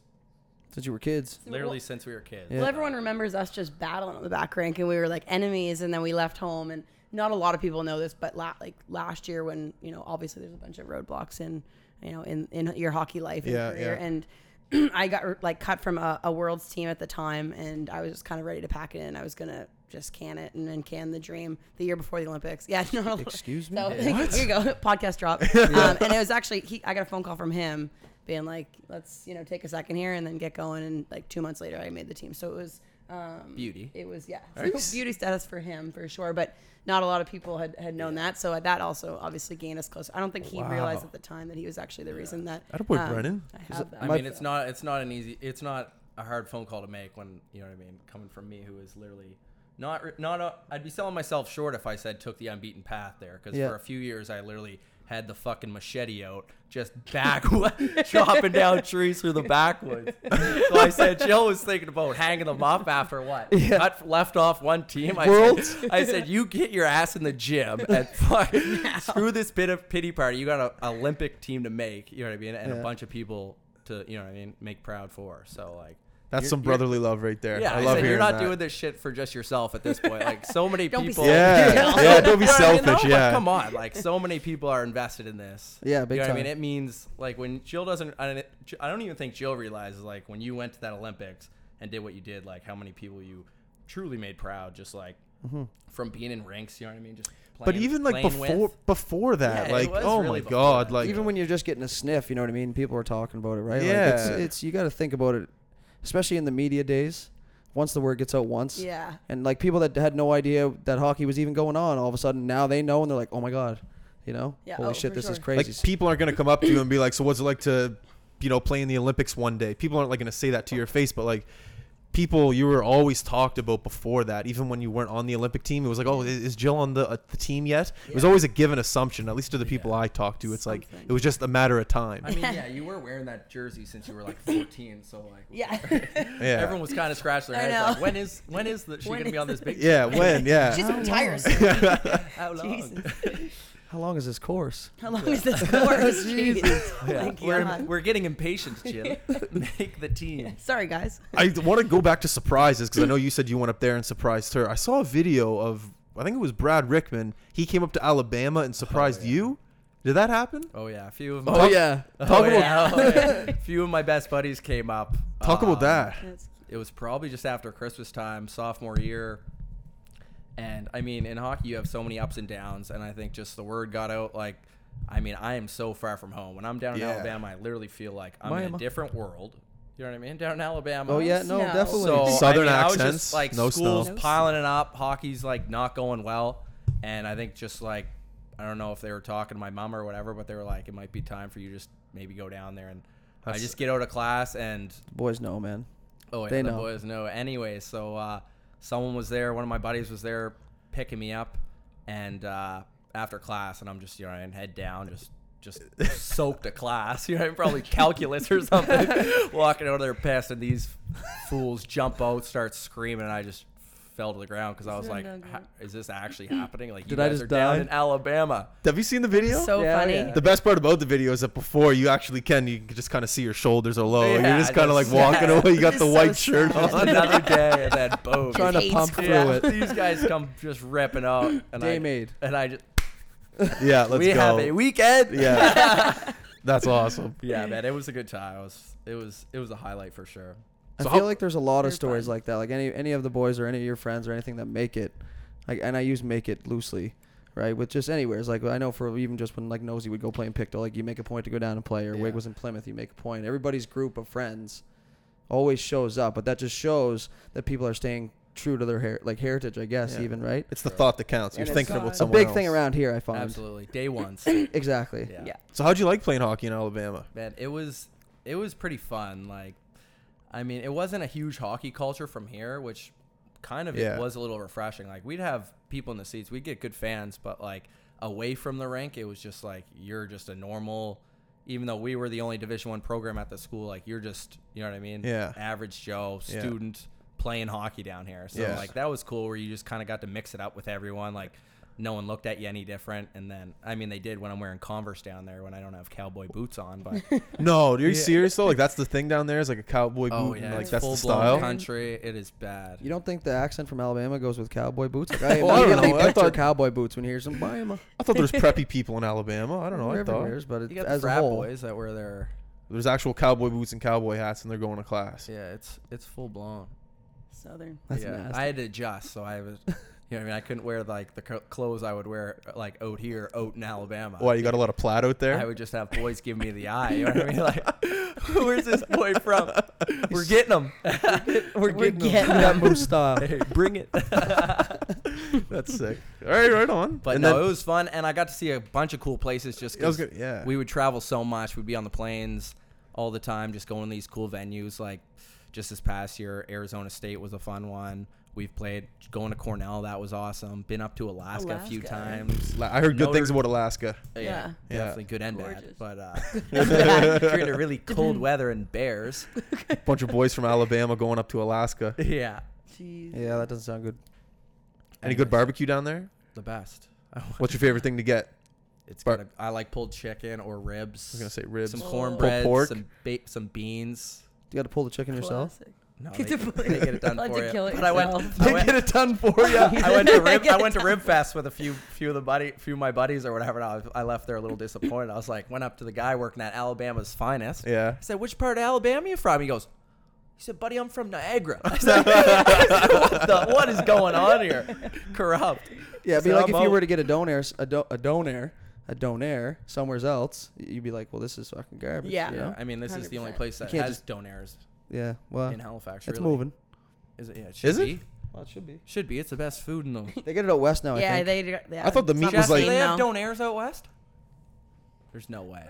Since you
[laughs]
were kids.
literally since we were kids.
Well, everyone remembers us just battling on the back rank, and we were like enemies, and then we left home. And not a lot of people know this, but la- like last year, when you know, obviously there's a bunch of roadblocks in, you know, in in your hockey life and
Yeah,
career,
yeah.
and. [clears throat] I got like cut from a, a world's team at the time, and I was just kind of ready to pack it in. I was gonna just can it and then can the dream the year before the Olympics. [laughs] Yeah, not a little-
Excuse me?
So, [laughs] here you go, podcast drop. Um, and it was actually he, I got a phone call from him being like, "Let's you know take a second here and then get going." And like two months later, I made the team. So it was um,
Beauty.
it was yeah [laughs] so beauty status for him for sure but not a lot of people had, had known that so that also obviously gained us closer i don't think he realized at the time that he was actually the reason that um,
Attaboy, Brennan.
I have that.
I
My-
mean, it's not it's not an easy it's not a hard phone call to make when you know what I mean. Coming from me, who is literally not re- not a, I'd be selling myself short if I said took the unbeaten path there because
Yeah.
for a few years I literally had the fucking machete out, just back [laughs] chopping down trees through the backwoods. so I said Jill was thinking about hanging them up after
[laughs]
what got left off one team. I
Worlds?
said, [laughs] I said you get your ass in the gym and fuck, screw this bit of pity party. You got an Olympic team to make, you know what I mean, and
Yeah.
a bunch of people to you know what I mean make proud for. So like.
That's
you're-
some
you're-
brotherly love right there.
yeah,
I
I
love
said,
hearing
you're not
that.
doing this shit for just yourself at this point. Like so many
[laughs] Don't be
people.
Yeah, yeah, don't
[laughs]
be
You know what I mean?
selfish.
No, but
yeah,
come on, like so many people are invested in this.
Yeah,
You
big
know what I
time.
mean, it means like when Jill doesn't. I don't, I don't even think Jill realizes like when you went to that Olympics and did what you did, like how many people you truly made proud. Just like from being in ranks. You know what I mean? Just playing,
Mm-hmm. But even like
playing with.
[laughs]
before before that,
Yeah, it
like
was
oh my
really before
god,
that.
like
even when you're just getting a sniff, you know what I mean. People are talking about it, right? like it's,
Yeah.
it's you got to think about it, especially in the media days. Once the word gets out, once
Yeah. [laughs]
and like people that had no idea that hockey was even going on, all of a sudden now they know and they're like, oh my god, you know,
Yeah,
holy
oh,
shit,
for
this is
sure.
crazy.
like people aren't gonna come up to you and be like, so what's it like to, you know, play in the Olympics one day? People aren't like gonna say that to your face, but like people you were always talked about before that even when you weren't on the olympic team it was like oh i- is jill on the, uh, the team yet it was
Yeah.
always a given assumption at least to the people
Yeah.
i talked to it's like
Something.
it was just a matter of time
I mean, yeah, you were wearing that jersey since you were like 14, so like, [laughs]
Yeah. [laughs]
yeah
everyone was kind of scratching their
I
heads
know.
like, when is when is the,
[laughs]
she
When
gonna be
is
on this
it?
big?
yeah when yeah
She's retired. [laughs]
[laughs] How long?
Jesus.
How long is this course?
How long is [laughs] this
[laughs]
course? Jesus. [laughs] Oh my
Yeah. We're,
God.
we're getting impatient,
[laughs]
Jill. Make the team.
Sorry, guys.
I want to go back to surprises because I know you said you went up there and surprised her. I saw a video of I think it was Brad Rickman. He came up to Alabama and surprised
Oh, yeah.
you. Did that happen?
Oh yeah, a few of my,
Oh, yeah,
[laughs] oh,
Talk about-
yeah, oh, yeah. A few of my best buddies came up.
Talk
Um,
about that.
That's-
It was probably just after Christmas time, sophomore year. And I mean, in hockey, you have so many ups and downs. And I think just the word got out. Like, I mean, I am so far from home. When I'm down in
Yeah.
Alabama, I literally feel like I'm in
Miami.
a different world. You know what I mean? Down in Alabama.
Oh yeah, no,
No.
definitely.
So
Southern
I mean, I was
accents,
just, like
no
schools
snow.
piling it up. Hockey's like not going well, and I think just like I don't know if they were talking to my mom or whatever, but they were like, it might be time for you just maybe go down there and. I
That's-
just get out of class and
Boys know, man.
oh yeah,
They
the
know.
boys know. Anyway, so uh, someone was there. One of my buddies was there picking me up, and uh, after class, and I'm just you know, and head down, just
[laughs]
just soaked a class. You know, probably calculus or something.
[laughs]
Walking out of there pissed, and these fools jump out, start screaming, and I just fell to the ground because I was
Isn't
like,
that
"Ha-
good?"
"Is this actually happening? Like, you
Did I
guys
just
are down
die?
in
[laughs]
Alabama."
Have you seen the video?
So
Yeah,
funny.
yeah.
the best part about the video is that before you actually can, you can just kind of see your shoulders are low. and
Yeah,
You're just kind of like
just-
walking away. You got
It's
the
so
white shirt
sad.
on.
[laughs] Another day, and then boom,
Trying to
hates
pump
class.
through it.
These guys come just ripping out, and
Day
I
made.
and I just
yeah, let's
we
go.
have a weekend. [laughs]
yeah, that's awesome.
Yeah, man, it was a good time. It was it was it was a highlight for sure.
So
I feel
how-
like there's a lot of
You're
stories
fine.
like that. Like any any of the boys or any of your friends or anything that make it, like and I use make it loosely, right? With just anywhere. It's like I know for even just when like Nosy would go play in Pictou, like you make a point to go down and play. Or
Yeah.
Wig was in Plymouth, you make a point. Everybody's group of friends always shows up, but that just shows that people are staying true to their her- like heritage, I guess.
Yeah.
Even right.
It's the thought that counts. You're
And it's
thinking about
a
a
someone
big thing
else.
around here, I find.
Absolutely, day
[coughs]
ones.
Exactly.
Yeah.
Yeah.
So how'd you like playing hockey in Alabama?
man, it was it was pretty fun. Like, I mean, it wasn't a huge hockey culture from here, which kind of
Yeah.
it was a little refreshing. Like, we'd have people in the seats, we'd get good fans, but like away from the rink, it was just like you're just a normal. Even though we were the only Division One program at the school, like you're just, you know what I mean?
Yeah.
Average Joe
Yeah.
student playing hockey down here. So
Yeah.
like that was cool where you just kind of got to mix it up with everyone. Like no one looked at you any different. And then I mean they did when I'm wearing Converse down there when I don't have cowboy boots on, [laughs] but
No, are you serious though? Like that's the thing down there is like a cowboy boot and like
Oh,
that's
it's
the
full-blown
style.
Country, it is bad.
You don't think the accent from Alabama goes with cowboy boots?
[laughs]
Like I
Well, Oh, I don't
immediately
know. I
picture
thought-
cowboy boots when you hear some Bama.
I thought there
[laughs]
was preppy people in Alabama. I don't know. I thought
Everywheres, but it,
You got the
as a
frat
whole,
boys that wear their
there's actual cowboy boots and cowboy hats, and they're going to class.
yeah. It's it's full blown.
Southern.
That's
yeah,
nasty.
I had to adjust, so I was, you know, what I mean, I couldn't wear like the co- clothes I would wear like out here, out in Alabama.
Why you got a lot of plaid out there? [laughs]
I would just have boys give me the eye. You know what I mean? Like, [laughs] where's this boy from?
[laughs]
We're getting him. We're
We're
getting
getting
him.
that moose style.
Hey, bring
[laughs]
it.
That's sick. All right, right on.
But
And
no,
then-
it was fun, and I got to see a bunch of cool places. Just
I was
'cause
gonna- yeah.
we would travel so much. We'd be on the planes all the time, just going to these cool venues. Like just this past year, Arizona State was a fun one. We've played going to Cornell. That was awesome. Been up to Alaska, a few
Alaska.
times.
La- I heard good
Notre-
things about Alaska.
Yeah.
Yeah.
definitely good and
Gorgeous.
bad.
[laughs]
But uh, [laughs] if you're into really cold weather and
[laughs]
bears.
bunch of boys from Alabama going up to Alaska.
Yeah,
Jeez.
yeah, that doesn't sound good.
Any good barbecue down there?
the best. [laughs]
What's your favorite thing to get?
It's
bar-
gotta, I like pulled chicken or ribs.
I was gonna say ribs.
some
Pulled
cornbread,
pork?
some ba- some beans.
You got to pull the chicken yourself.
Classic.
No,
Get
they,
to
they get it done
Like
for
to
you.
kill
but I went,
itself.
I went,
it done for you.
[laughs] I went to rib,
Get
I
it
went to Rib Fest with a few few of the buddy, few of my buddies or whatever. And I, was, I left there a little disappointed. I was like, went up to the guy working at Alabama's finest.
yeah.
I said, "Which part of Alabama you from?" He goes, He said, buddy, I'm from Niagara. I said, [laughs] what, the, what is going on here? Corrupt.
Yeah, it'd be
So
like
I'm
if you
out.
were to get a donair, s- a, do, a donair, a donair somewhere else, y- you'd be like, well, this is fucking garbage.
Yeah.
you
Yeah,
know?
I mean, this is the only
100%.
place that
can't
has
just-
donairs
yeah. Well,
in Halifax.
it's
really.
moving.
Is it? Yeah, it should
Is it?
be.
Well, it should be.
Should be. It's the best food in the.
They get it out west now. I
yeah,
think.
they. do- Yeah,
I thought the
it's
meat
not
was like-
seen,
they have
though.
donairs out west. There's no way.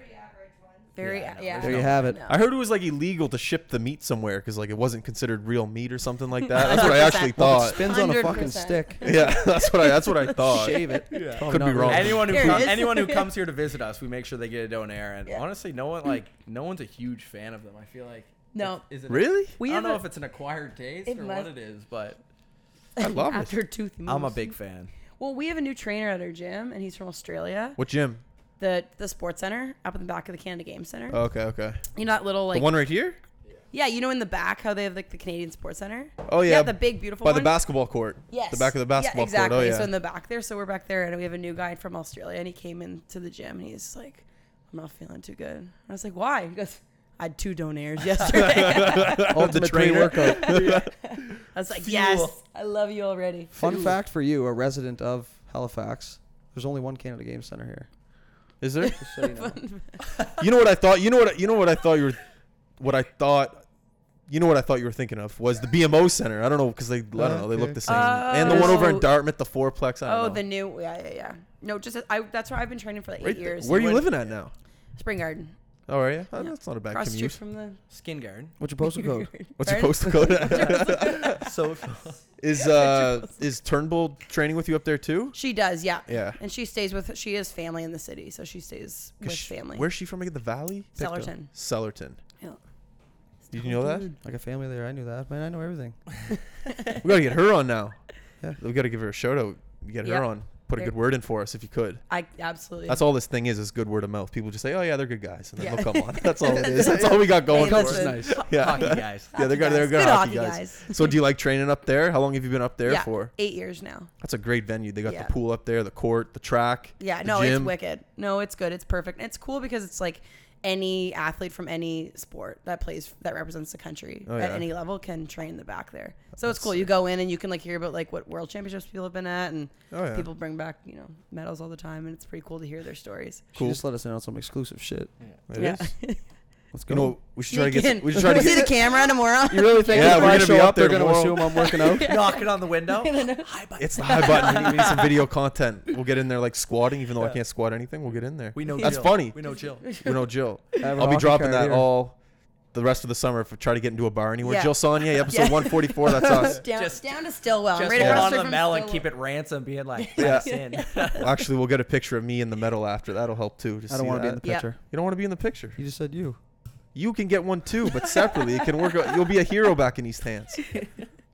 very.
Yeah, I
Yeah,
know. There's
there
no-
you have it.
No.
I heard it was like illegal to ship the meat somewhere because like it wasn't considered real meat or something like that. That's what I actually
100%.
Well, if
thought.
it spins on a fucking
100%.
[laughs]
stick.
Yeah, [laughs] that's what I. That's what I thought.
Shave it.
Yeah.
Probably
Could
not
be
[laughs] really
wrong.
good.
Anyone who
There it
com-
is. [laughs]
anyone who comes here to visit us, we make sure they get a donair. And
Yeah.
honestly, no one like no one's a huge fan of them. I feel like
No.
is it
Really?
We
I don't
have
know
a-
if it's an acquired taste
It
or
must-
what it is, but
I love it.
After toothy moves.
I'm a big fan.
Well, we have a new trainer at our gym, and he's from Australia.
What gym?
The the sports center up in the back of the Canada Game Center.
Oh, okay, okay.
you know that little
The
like
one right here.
yeah, you know in the back how they have like the Canadian Sports Center.
Oh yeah.
the big beautiful
by
one.
the basketball court.
Yes.
The back of the basketball
yeah, exactly.
court. Oh yeah. [laughs]
So in the back there, so we're back there, and we have a new guy from Australia, and he came into the gym, and he's like, "I'm not feeling too good." And I was like, "Why?" He goes, "I had two
[laughs]
donairs [laughs] yesterday."
[laughs]
Ultimate three
trainer.
workout.
I was like,
Fuel.
"Yes, I love you already."
Fun fact for you, a resident of Halifax, there's only one Canada Game
[laughs]
Center here.
Is there?
Just so you know.
You know what I thought? You know what? You know what I thought you were. What I thought. You know what I thought you were thinking of was the BMO Center. I don't know because they. I don't know. They look the same. and the one over in
Oh.
Dartmouth, the fourplex. I don't
Oh,
know.
the new yeah, yeah, yeah. No, just I. That's where I've been training for like eight
Right there.
years.
Where are you
When-
living at now?
Spring Garden.
Oh, are you? Oh,
Yeah.
That's not a bad
Across the street
commute.
from the.
Skin guard.
What's
[laughs]
your postal code?
What's your
Pardon? [laughs]
postal code? [laughs]
So
is uh is Turnbull training with you up there too?
She does, yeah.
Yeah.
And she stays with. She is family in the city, so she stays
'Cause
with
sh-
family.
Where's she from again? The Valley?
Sellerton.
Sellerton.
Yeah.
Did you know that?
Like a family there. I knew that, man. I know everything.
We gotta get her on now.
Yeah.
We gotta give her a shout out. Get her
Yep.
on. Put a
There-
good word in for us if you could.
I absolutely.
That's all this thing is is good word of mouth. People just say, "Oh yeah, they're good guys," and then
Yeah.
they'll come on. That's
[laughs]
all it is. That's all we got going.
Hey,
for
listen. [laughs]
us.
nice.
[laughs] Yeah,
hockey guys.
yeah, they're good. They're
guys.
good,
Good
hockey,
hockey
guys. [laughs] so, do you like training up there? How long have you been up there
yeah,
for?
Eight years now.
That's a great venue. They got
Yeah.
the pool up there, the court, the track.
Yeah,
the
no,
gym.
it's wicked. No, it's good. It's perfect. And it's cool because it's like any athlete from any sport that plays that represents the country
Oh,
at
yeah.
any level can train the back there. So it's cool. You go in and you can like hear about like what world championships people have been at and
Oh, yeah.
people bring back, you know, medals all the time and it's pretty cool to hear their stories.
Cool.
She just let us in on some exclusive shit.
It
[laughs] yeah.
is.
Let's go.
You know, we should try to
Sneak
get.
in.
We should
[laughs]
try to
see the
get. [laughs]
camera tomorrow.
you really think
Yeah,
if
we're
I
gonna be
show
up
up, they're
there
going to
tomorrow.
assume I'm working
[laughs]
out?
Knocking on
[laughs]
the window. Hi, bud.
It's the high button. We need, we need some video content. We'll get in there like squatting, even though I can't squat anything. We'll get in there.
we know.
That's
Jill.
funny.
We know Jill.
We know Jill.
have an
I'll be
hockey
dropping
card
that
here.
all the rest of the summer if I try to get into a bar anywhere.
Yeah.
Jill Sonia, episode
Yeah.
144. That's us.
down,
Just-
down to Stillwell. [laughs]
Just
right
hold
across
on
the street
to the
from
mel and
Stillwell.
keep it ransom,
[laughs]
being like,
Yeah.
yeah. in. [laughs]
Actually, we'll get a picture of me in the medal after. That'll help too. To
I don't
want to
be in the
Yeah.
picture.
You don't want to be in the picture.
You just said you.
You can get one too, but separately. It can work. Out. You'll be a hero back in East Hands.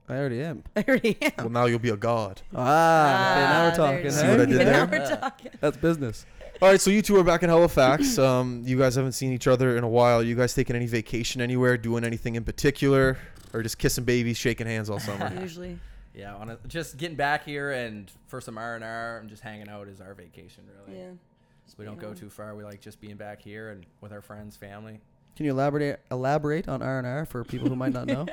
I already am.
I [laughs] already am.
Well, now you'll be a god.
Ah, okay, now we're
Ah,
talking.
there's-
See what I
[laughs]
hey?
did
Now
there?
we're talking.
That's business.
All right, so you two are back in Halifax. Um, you guys haven't seen each other in a while. You guys taking any vacation anywhere? Doing anything in particular, or just kissing babies, shaking hands all summer?
[laughs] Usually.
Yeah, on a, just getting back here and for some R and R and just hanging out is our vacation really.
Yeah.
We don't go
Yeah.
too far. We like just being back here and with our friends, family.
Can you elaborate elaborate on R and R for people who might not know?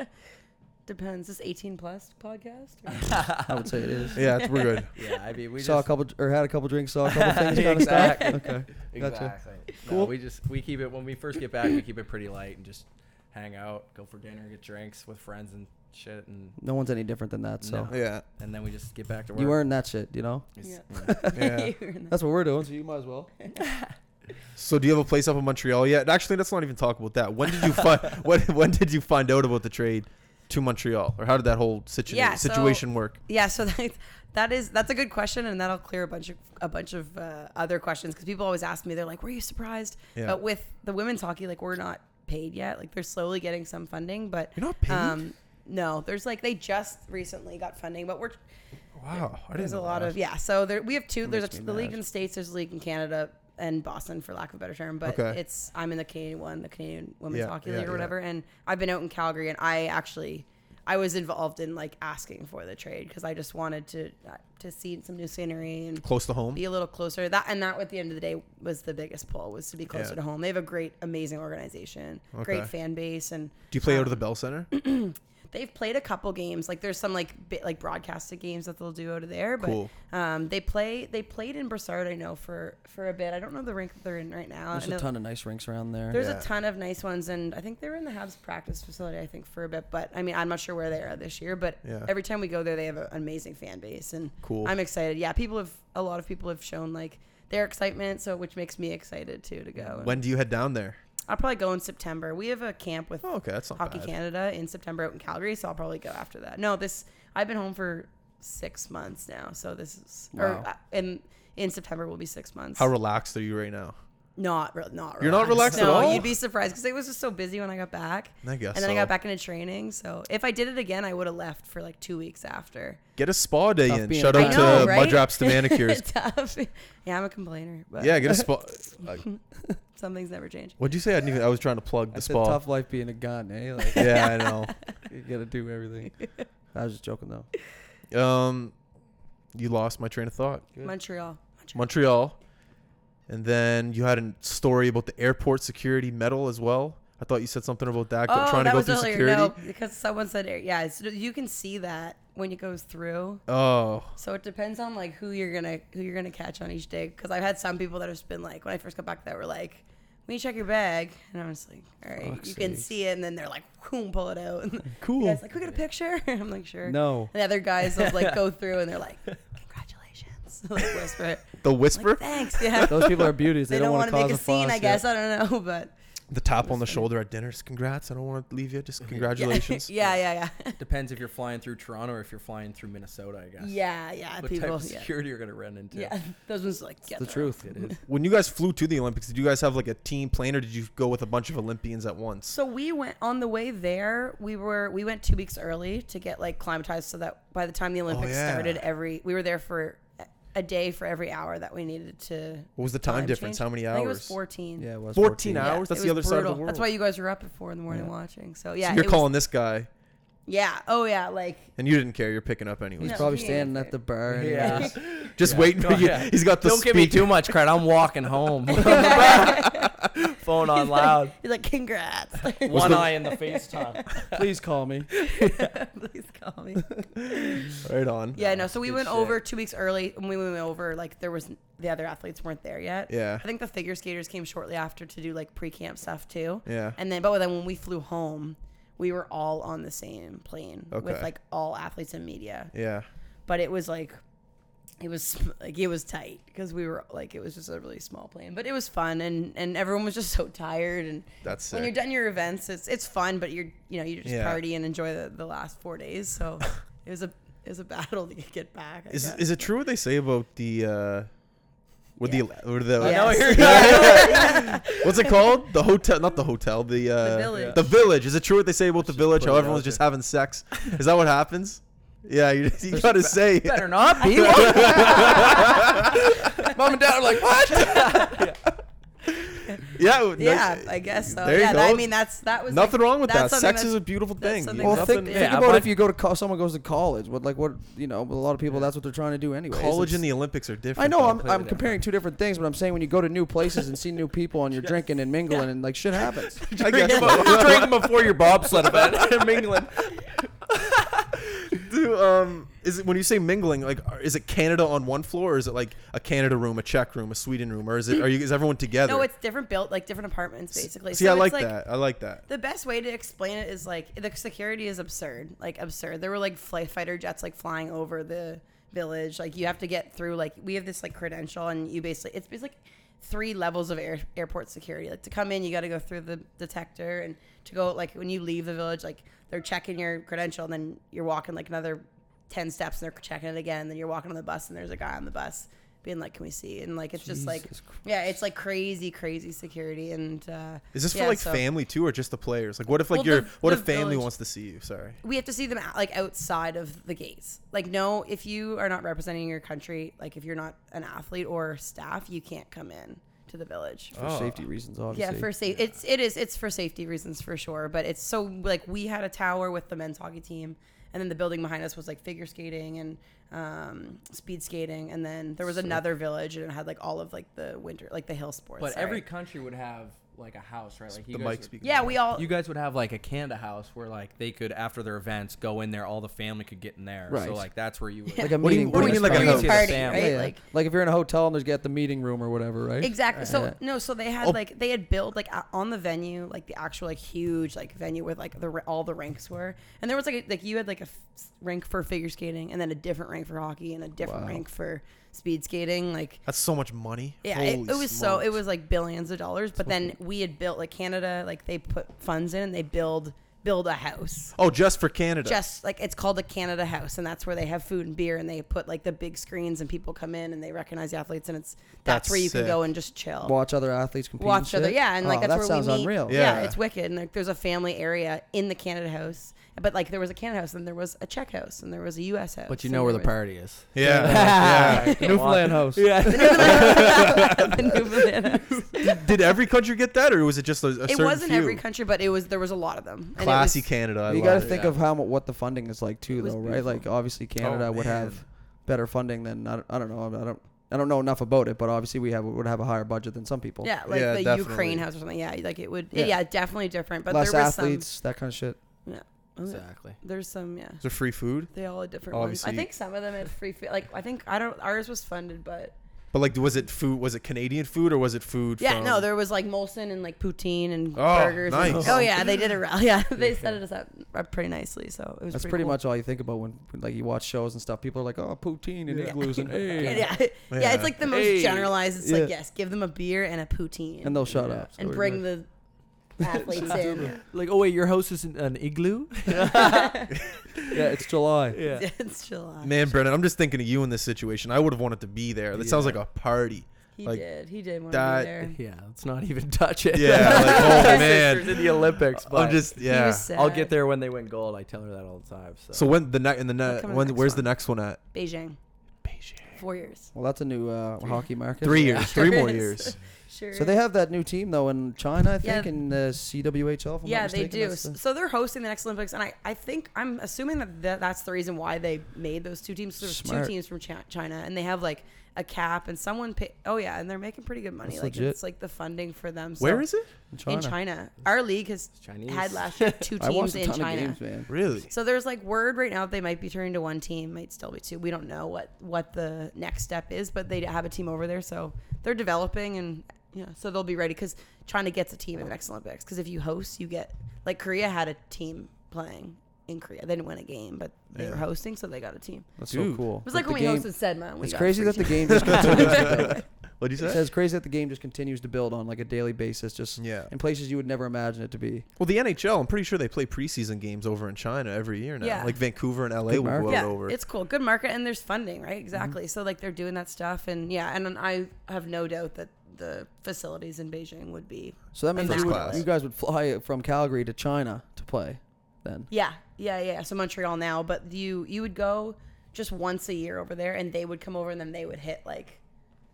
Depends. Is this 18 plus
[laughs]
podcast? or-
I would say it is.
yeah, it's- we're good.
Yeah, I mean we
saw a
just
couple or had a couple drinks, saw
[laughs]
a couple things. Kind of stuff.
Exactly.
Okay. Gotcha.
exactly.
Cool.
No, we just we keep it when we first get back. We keep it pretty light and just hang out, go for dinner, get drinks with friends and shit, and
No one's any different than that. So
No.
Yeah,
and then we just get back to work.
you earned that shit, you know.
It's-
Yeah.
yeah.
yeah.
[laughs] You were in the-
That's what we're doing, so you might as well.
So do you have a place up in Montreal yet? Actually, let's not even talk about that. When did you
[laughs]
find when when did you find out about the trade to Montreal, or how did that whole situa-
Yeah, so-
situation work?
yeah. So [laughs] that, that is that's a good question, and that'll clear a bunch of a bunch of uh, other questions because people always ask me. They're like, "Were you surprised?"
Yeah.
But with the women's hockey, like we're not paid yet. Like they're slowly getting some funding, but
You're not paid?
um, no, there's like they just recently got funding, but we're
Wow, I didn't.
there's a
know
lot
that.
of yeah. So there we have two. There's
makes
a,
me
the league
mad.
in the states. There's a league in Canada and Boston, for lack of a better term. But
Okay.
it's I'm in the Canadian one, the Canadian Women's
Yeah,
Hockey
yeah,
League
yeah.
or whatever. And I've been out in Calgary, and I actually I was involved in like asking for the trade because I just wanted to uh, to see some new scenery and
Close to home.
be a little closer. That and that at the end of the day was the biggest pull was to be closer
Yeah.
to home. They have a great, amazing organization,
Okay.
great fan base, and
Do you play out of the Bell Center?
they've played a couple games. Like there's some like bit, like broadcasted games that they'll do out of there. But
Cool.
um, they play they played in Broussard, I know for for a bit. I don't know the rank that they're in right now.
There's
I know-
a ton of nice rinks around there.
there's
Yeah.
a ton of nice ones, and I think they were in the Habs practice facility, I think, for a bit. But I mean, I'm not sure where they are this year. But
Yeah.
every time we go there, they have an amazing fan base, and
Cool.
I'm excited. Yeah, people have a lot of people have shown like their excitement, so which makes me excited too to go. And
When do you head down there?
I'll probably go in September. We have a camp with
Oh, okay, that's not
Hockey
bad.
Canada in September out in Calgary, so I'll probably go after that. No, this I've been home for six months now, so this is
Wow.
or uh, in in September will be six months.
How relaxed are you right now?
Not re- not
You're not relaxed at
no,
all?
You'd be surprised because it was just so busy when I got back.
I guess
And then I
so.
got back into training. So if I did it again, I would have left for like two weeks after.
Get a spa day
Tough
in.
being
Shout
a
out
I
to
know, right?
Mudraps
[laughs]
to Manicures.
Tough. Yeah, I'm a complainer, but
yeah,
[laughs]
get a spa. Uh,
some things never change.
what'd you say? I didn't even. I was trying to plug the
It's a
spa.
tough life being a gun, eh? Like
Yeah, I know.
[laughs]
you gotta do everything. I was just joking though.
Um, you lost my train of thought.
Good.
Montreal. Montreal.
Montreal, and then you had a story about the airport security medal as well. I thought you said something about that. go-
Oh,
trying to
that
go
was
through
earlier.
security.
No, because someone said, yeah, it's, you can see that when it goes through.
Oh,
So it depends on like who you're gonna who you're gonna catch on each day. Because I've had some people that have been like, when I first got back, that were like, "When you check your bag," and I was like, "All right,
Fuck's
you can
sakes.
see it," and then they're like, "Boom, pull it out." [laughs] And
cool.
The guy's like, "Can "We get a picture." [laughs] I'm like, "Sure."
No.
And the other guys will like go through and they're like, "Congratulations," [laughs] like whisper it.
the
I'm
whisper,
Like, Thanks. Yeah.
[laughs] Those people are beauties. They,
they don't
want to
wanna make
cause
a scene,
fuss,
I
yeah.
guess. I don't know, [laughs] but
the tap on the shoulder at dinner. Just congrats. I don't want to leave you.
[laughs]
Just congratulations.
yeah, yeah,
[laughs]
yeah,
Depends if you're flying through Toronto or if you're flying through Minnesota, I guess.
yeah, yeah.
What type
People,
of
yeah,
security you're gonna run into?
yeah. [laughs] Those ones like get
The
their-
truth.
When you guys flew to the Olympics, did you guys have like a team plan, or did you go with a bunch of Olympians at once?
So we went on the way there. We were we went two weeks early to get like climatized, so that by the time the Olympics
yeah.
started, every we were there for a day for every hour that we needed to.
What was the time, difference?
change.
How many
I
hours?
think it was fourteen.
Yeah, it was
14
14
hours? That's
it
the
was
other side of the
brutal. That's why you guys were up at four in the morning
Yeah.
watching. So yeah,
so you're
it was-
calling this guy,
yeah. Oh yeah, like
[laughs]
[laughs]
and you didn't care. You're picking up anyways.
No. Oh,
Probably
Yeah.
standing at the bar. and
Yeah.
just-
Just
Yeah.
waiting
No,
for you.
yeah.
He's got the
[laughs]
Don't give me
speaker.
too much credit. I'm walking home. [laughs] Phone
[laughs]
on loud.
you're like congrats. [laughs]
One
the-
eye in the
[laughs]
FaceTime.
Please call me.
Please call me.
Right on.
Yeah, no. So we
good
went
shit.
over two weeks early. When we went over, like there was the other athletes weren't there yet.
Yeah.
I think the figure skaters came shortly after to do like pre-camp stuff too.
Yeah.
And then, but then when we flew home, we were all on the same plane
Okay.
with like all athletes and media.
Yeah.
But it was like, it was like it was tight because we were like it was just a really small plane, but it was fun and and everyone was just so tired and
That's sick.
when you're done your events, it's it's fun, but you're you know you just
Yeah.
party and enjoy the, the last four days. So [laughs] it was a it was a battle to get back. I
Is
guess.
is it true what they say about the uh with the or the
I know, [laughs]
you're-
[laughs] what's it called? The hotel not the hotel, the uh
village.
The village. Is it true what they say about the village?
put
How
it
everyone's
out
just having sex? Is that what happens? Yeah, you, [laughs] you gotta say it.
Better not be. Mom and dad are like, what?
[laughs] Yeah, no,
yeah, I guess so.
There you
yeah, that- I
go.
mean that's that was
nothing
like-
wrong with that.
that's something
Sex is
that's-
a beautiful
that's
thing.
something
There's
Well, think,
nothing-
Yeah,
think about
but-
if you go to co- someone goes to college. What like what you know? A lot of people. That's what they're trying to do anyway.
college and the Olympics are different.
I know
though.
I'm,
completely
I'm comparing two different things, but I'm saying when you go to new places and see new
[laughs]
people and you're drinking and mingling and like
[laughs]
shit happens.
[laughs] I guess
Drink before your bobsled event in England.
Do, um, is it when you say mingling? Like, are- is it Canada on one floor, or is it like a Canada room, a Czech room, a Sweden room, or is it? Are you is everyone together?
no, it's different built like different apartments basically.
See,
So
I
it's
like, that. I like that.
The best way to explain it is like the security is absurd, like absurd. There were like fly fighter jets like flying over the village. Like you have to get through. Like we have this like credential, and you basically it's, it's like three levels of air, airport security. Like to come in, you got to go through the detector, and to go like when you leave the village, like they're checking your credential, and then you're walking like another ten steps, and they're checking it again. Then you're walking on the bus, and there's a guy on the bus being like, "Can we see?" And like it's just like yeah, it's like crazy, crazy security, and uh,
Is this for
yeah,
like
so-
family too, or just the players? Like, what if like
Well,
your
the-
what
the
if family
village-
wants to see you? Sorry.
we have to see them out- like outside of the gates. Like, no, if you are not representing your country, like if you're not an athlete or staff, you can't come in to the village.
for
Oh.
safety reasons, obviously.
Yeah, for safety. It's it is it's for safety reasons for sure. But it's so like we had a tower with the men's hockey team, and then the building behind us was like figure skating and um, speed skating, and then there was another village and it had like all of like the winter like the hill sports.
But
sorry.
every country would have like a house, right? Like you
The
guys
mic
would-
speaking.
yeah, we all
You guys would have like a Canada house where like they could after their events go in there, all the family could get in there.
Right.
So like that's where you would.
Like a
What do you-
meeting
what do you mean
place,
like a
probably.
house?
party, right?
Yeah,
Yeah, yeah. Like,
Like
if you're in a hotel and there's got the meeting room or whatever, right?
Exactly. So
Yeah.
no, so they had
Oh.
like they had built like a- on the venue, like the actual like huge like venue with like the ra- all the ranks were, and there was like a, like you had like a f- rink for figure skating, and then a different rank for hockey, and a different
Wow.
rank for speed skating. Like
That's so much money.
yeah, it, it
Holy
was so it
smokes.
was like billions of dollars. But then we had built like Canada, like they put funds in and they build build a house.
Oh, just for Canada.
Just like it's called the Canada House, and that's where they have food and beer, and they put like the big screens, and people come in and they recognize the athletes, and it's
That's
that's, where you
sick.
can go and just chill
Watch other athletes compete. and
watch each other.
shit?
Yeah, and like
Oh,
that's
that
where
sounds
we meet.
unreal.
[laughs] Yeah.
Yeah.
it's wicked. And like, there's a family area in the Canada House, but like there was a Canada House, and there was a Czech House, and there was a U.S. [laughs] House.
But you
and
know
there
where the
was-
party is. [laughs]
yeah.
The Newfoundland
[laughs]
house.
The Newfoundland- the Newfoundland House.
yeah. Did every country get that, or was it just a, a
It
certain
wasn't
few?
every country, but it was there was a lot of them. And it
Classy
was-
Canada. I
You
love
got to
it. Oh,
think
Yeah.
of how mu- what the funding is like too,
It was
though, right? Like obviously Canada would have
man.
better funding than I don't, I don't know. I don't I don't know enough about it, but obviously we have would have a higher budget than some people.
Yeah, like
Yeah,
the
definitely.
Ukraine House or something. Yeah, like it would.
Yeah.
Yeah, definitely different. But
less
there was
athletes, that kind of shit.
some. Yeah. Oh, yeah.
Exactly.
There's some. Yeah.
Is there free food?
They all had different
Obviously-
ones. I think some of them had free food. Like I think I don't. Ours was funded, but
But like, was it food? Was it Canadian food, or was it food?
Yeah,
from-
no, there was like Molson and like poutine and
Oh,
burgers. and-
nice.
oh yeah, they did it. Right. [laughs] Yeah, they set it up- up pretty nicely. So it was
That's pretty,
cool.
much all you think about when, when like you watch shows and stuff. People are like, oh, poutine and
Yeah.
igloos
[laughs]
and
[laughs]
hey.
Yeah, yeah. Yeah,
Yeah.
it's like the most
Hey.
generalized. It's
Yeah.
like yes, give them a beer and a poutine,
and they'll shut up.
and bring the
[laughs]
athletes in.
Like, oh wait, your house is an
[laughs]
igloo?
yeah, it's July.
[laughs] Yeah.
[laughs] it's July.
Man, Brennan, I'm just thinking of you in this situation. I would have wanted to be there. That sounds like a party.
He
like,
did. He did want
that-
to be there.
Yeah. Let's not even touch it. [laughs]
Yeah, like, oh, man.
Sister's in the Olympics. But
I'm just
He
yeah.
was sad.
I'll get there when they win gold. I tell her that all the time. So,
So when the next and the
I'll
ne-
come to the
when
next
where's
one.
the next one at?
Beijing.
Beijing.
Four years.
Well, that's a new uh, hockey market.
Three
Yeah,
years,
sure
three
[laughs]
more
is.
years.
Sure.
So they have that new team though in China, I
Yeah.
think, in the CWHL. If I'm
yeah,
not
they
mistaken,
do.
that's the-
So they're hosting the next Olympics, and I, I think I'm assuming that th- that's the reason why they made those two teams. So there's
Smart.
two teams from Chi- China, and they have like a cap, and someone pay. Oh yeah, and they're making pretty good money.
That's
like
legit.
it's like the funding for them. So
Where is it?
in
in China? Our league has
Chinese.
had last
[laughs]
year two
[laughs] I
teams
watched a
in
ton
China.
of games, man.
Really?
So there's like word right now that they might be turning to one team, might still be two. We don't know what what the next step is, but they have a team over there, so they're developing and yeah, so they'll be ready because China gets a team in the next Olympics. Because if you host, you get like Korea had a team playing in Korea. They didn't win a game, but they were
Yeah.
hosting, so they got a team.
That's so
Dude.
cool.
It was
But
like
the
when we
game-
hosted Sedma. and we
It's
got
crazy
free
that the
team.
game
[laughs]
just continues to build.
What do you
It's
say?
as crazy that the game just continues to build on like a daily basis, just
Yeah.
in places you would never imagine it to be.
Well, the NHL. I'm pretty sure they play preseason games over in China every year now.
Yeah.
Like Vancouver and LA will
market.
go
yeah,
over.
it's cool. Good market, and there's funding, right? Exactly. So like they're doing that stuff, and yeah, and I have no doubt that the facilities in Beijing would be
So that means
First
you, would,
class.
you guys would fly from Calgary to China to play. Then
Yeah, yeah, yeah. So Montreal now, but you you would go just once a year over there, and they would come over, and then they would hit like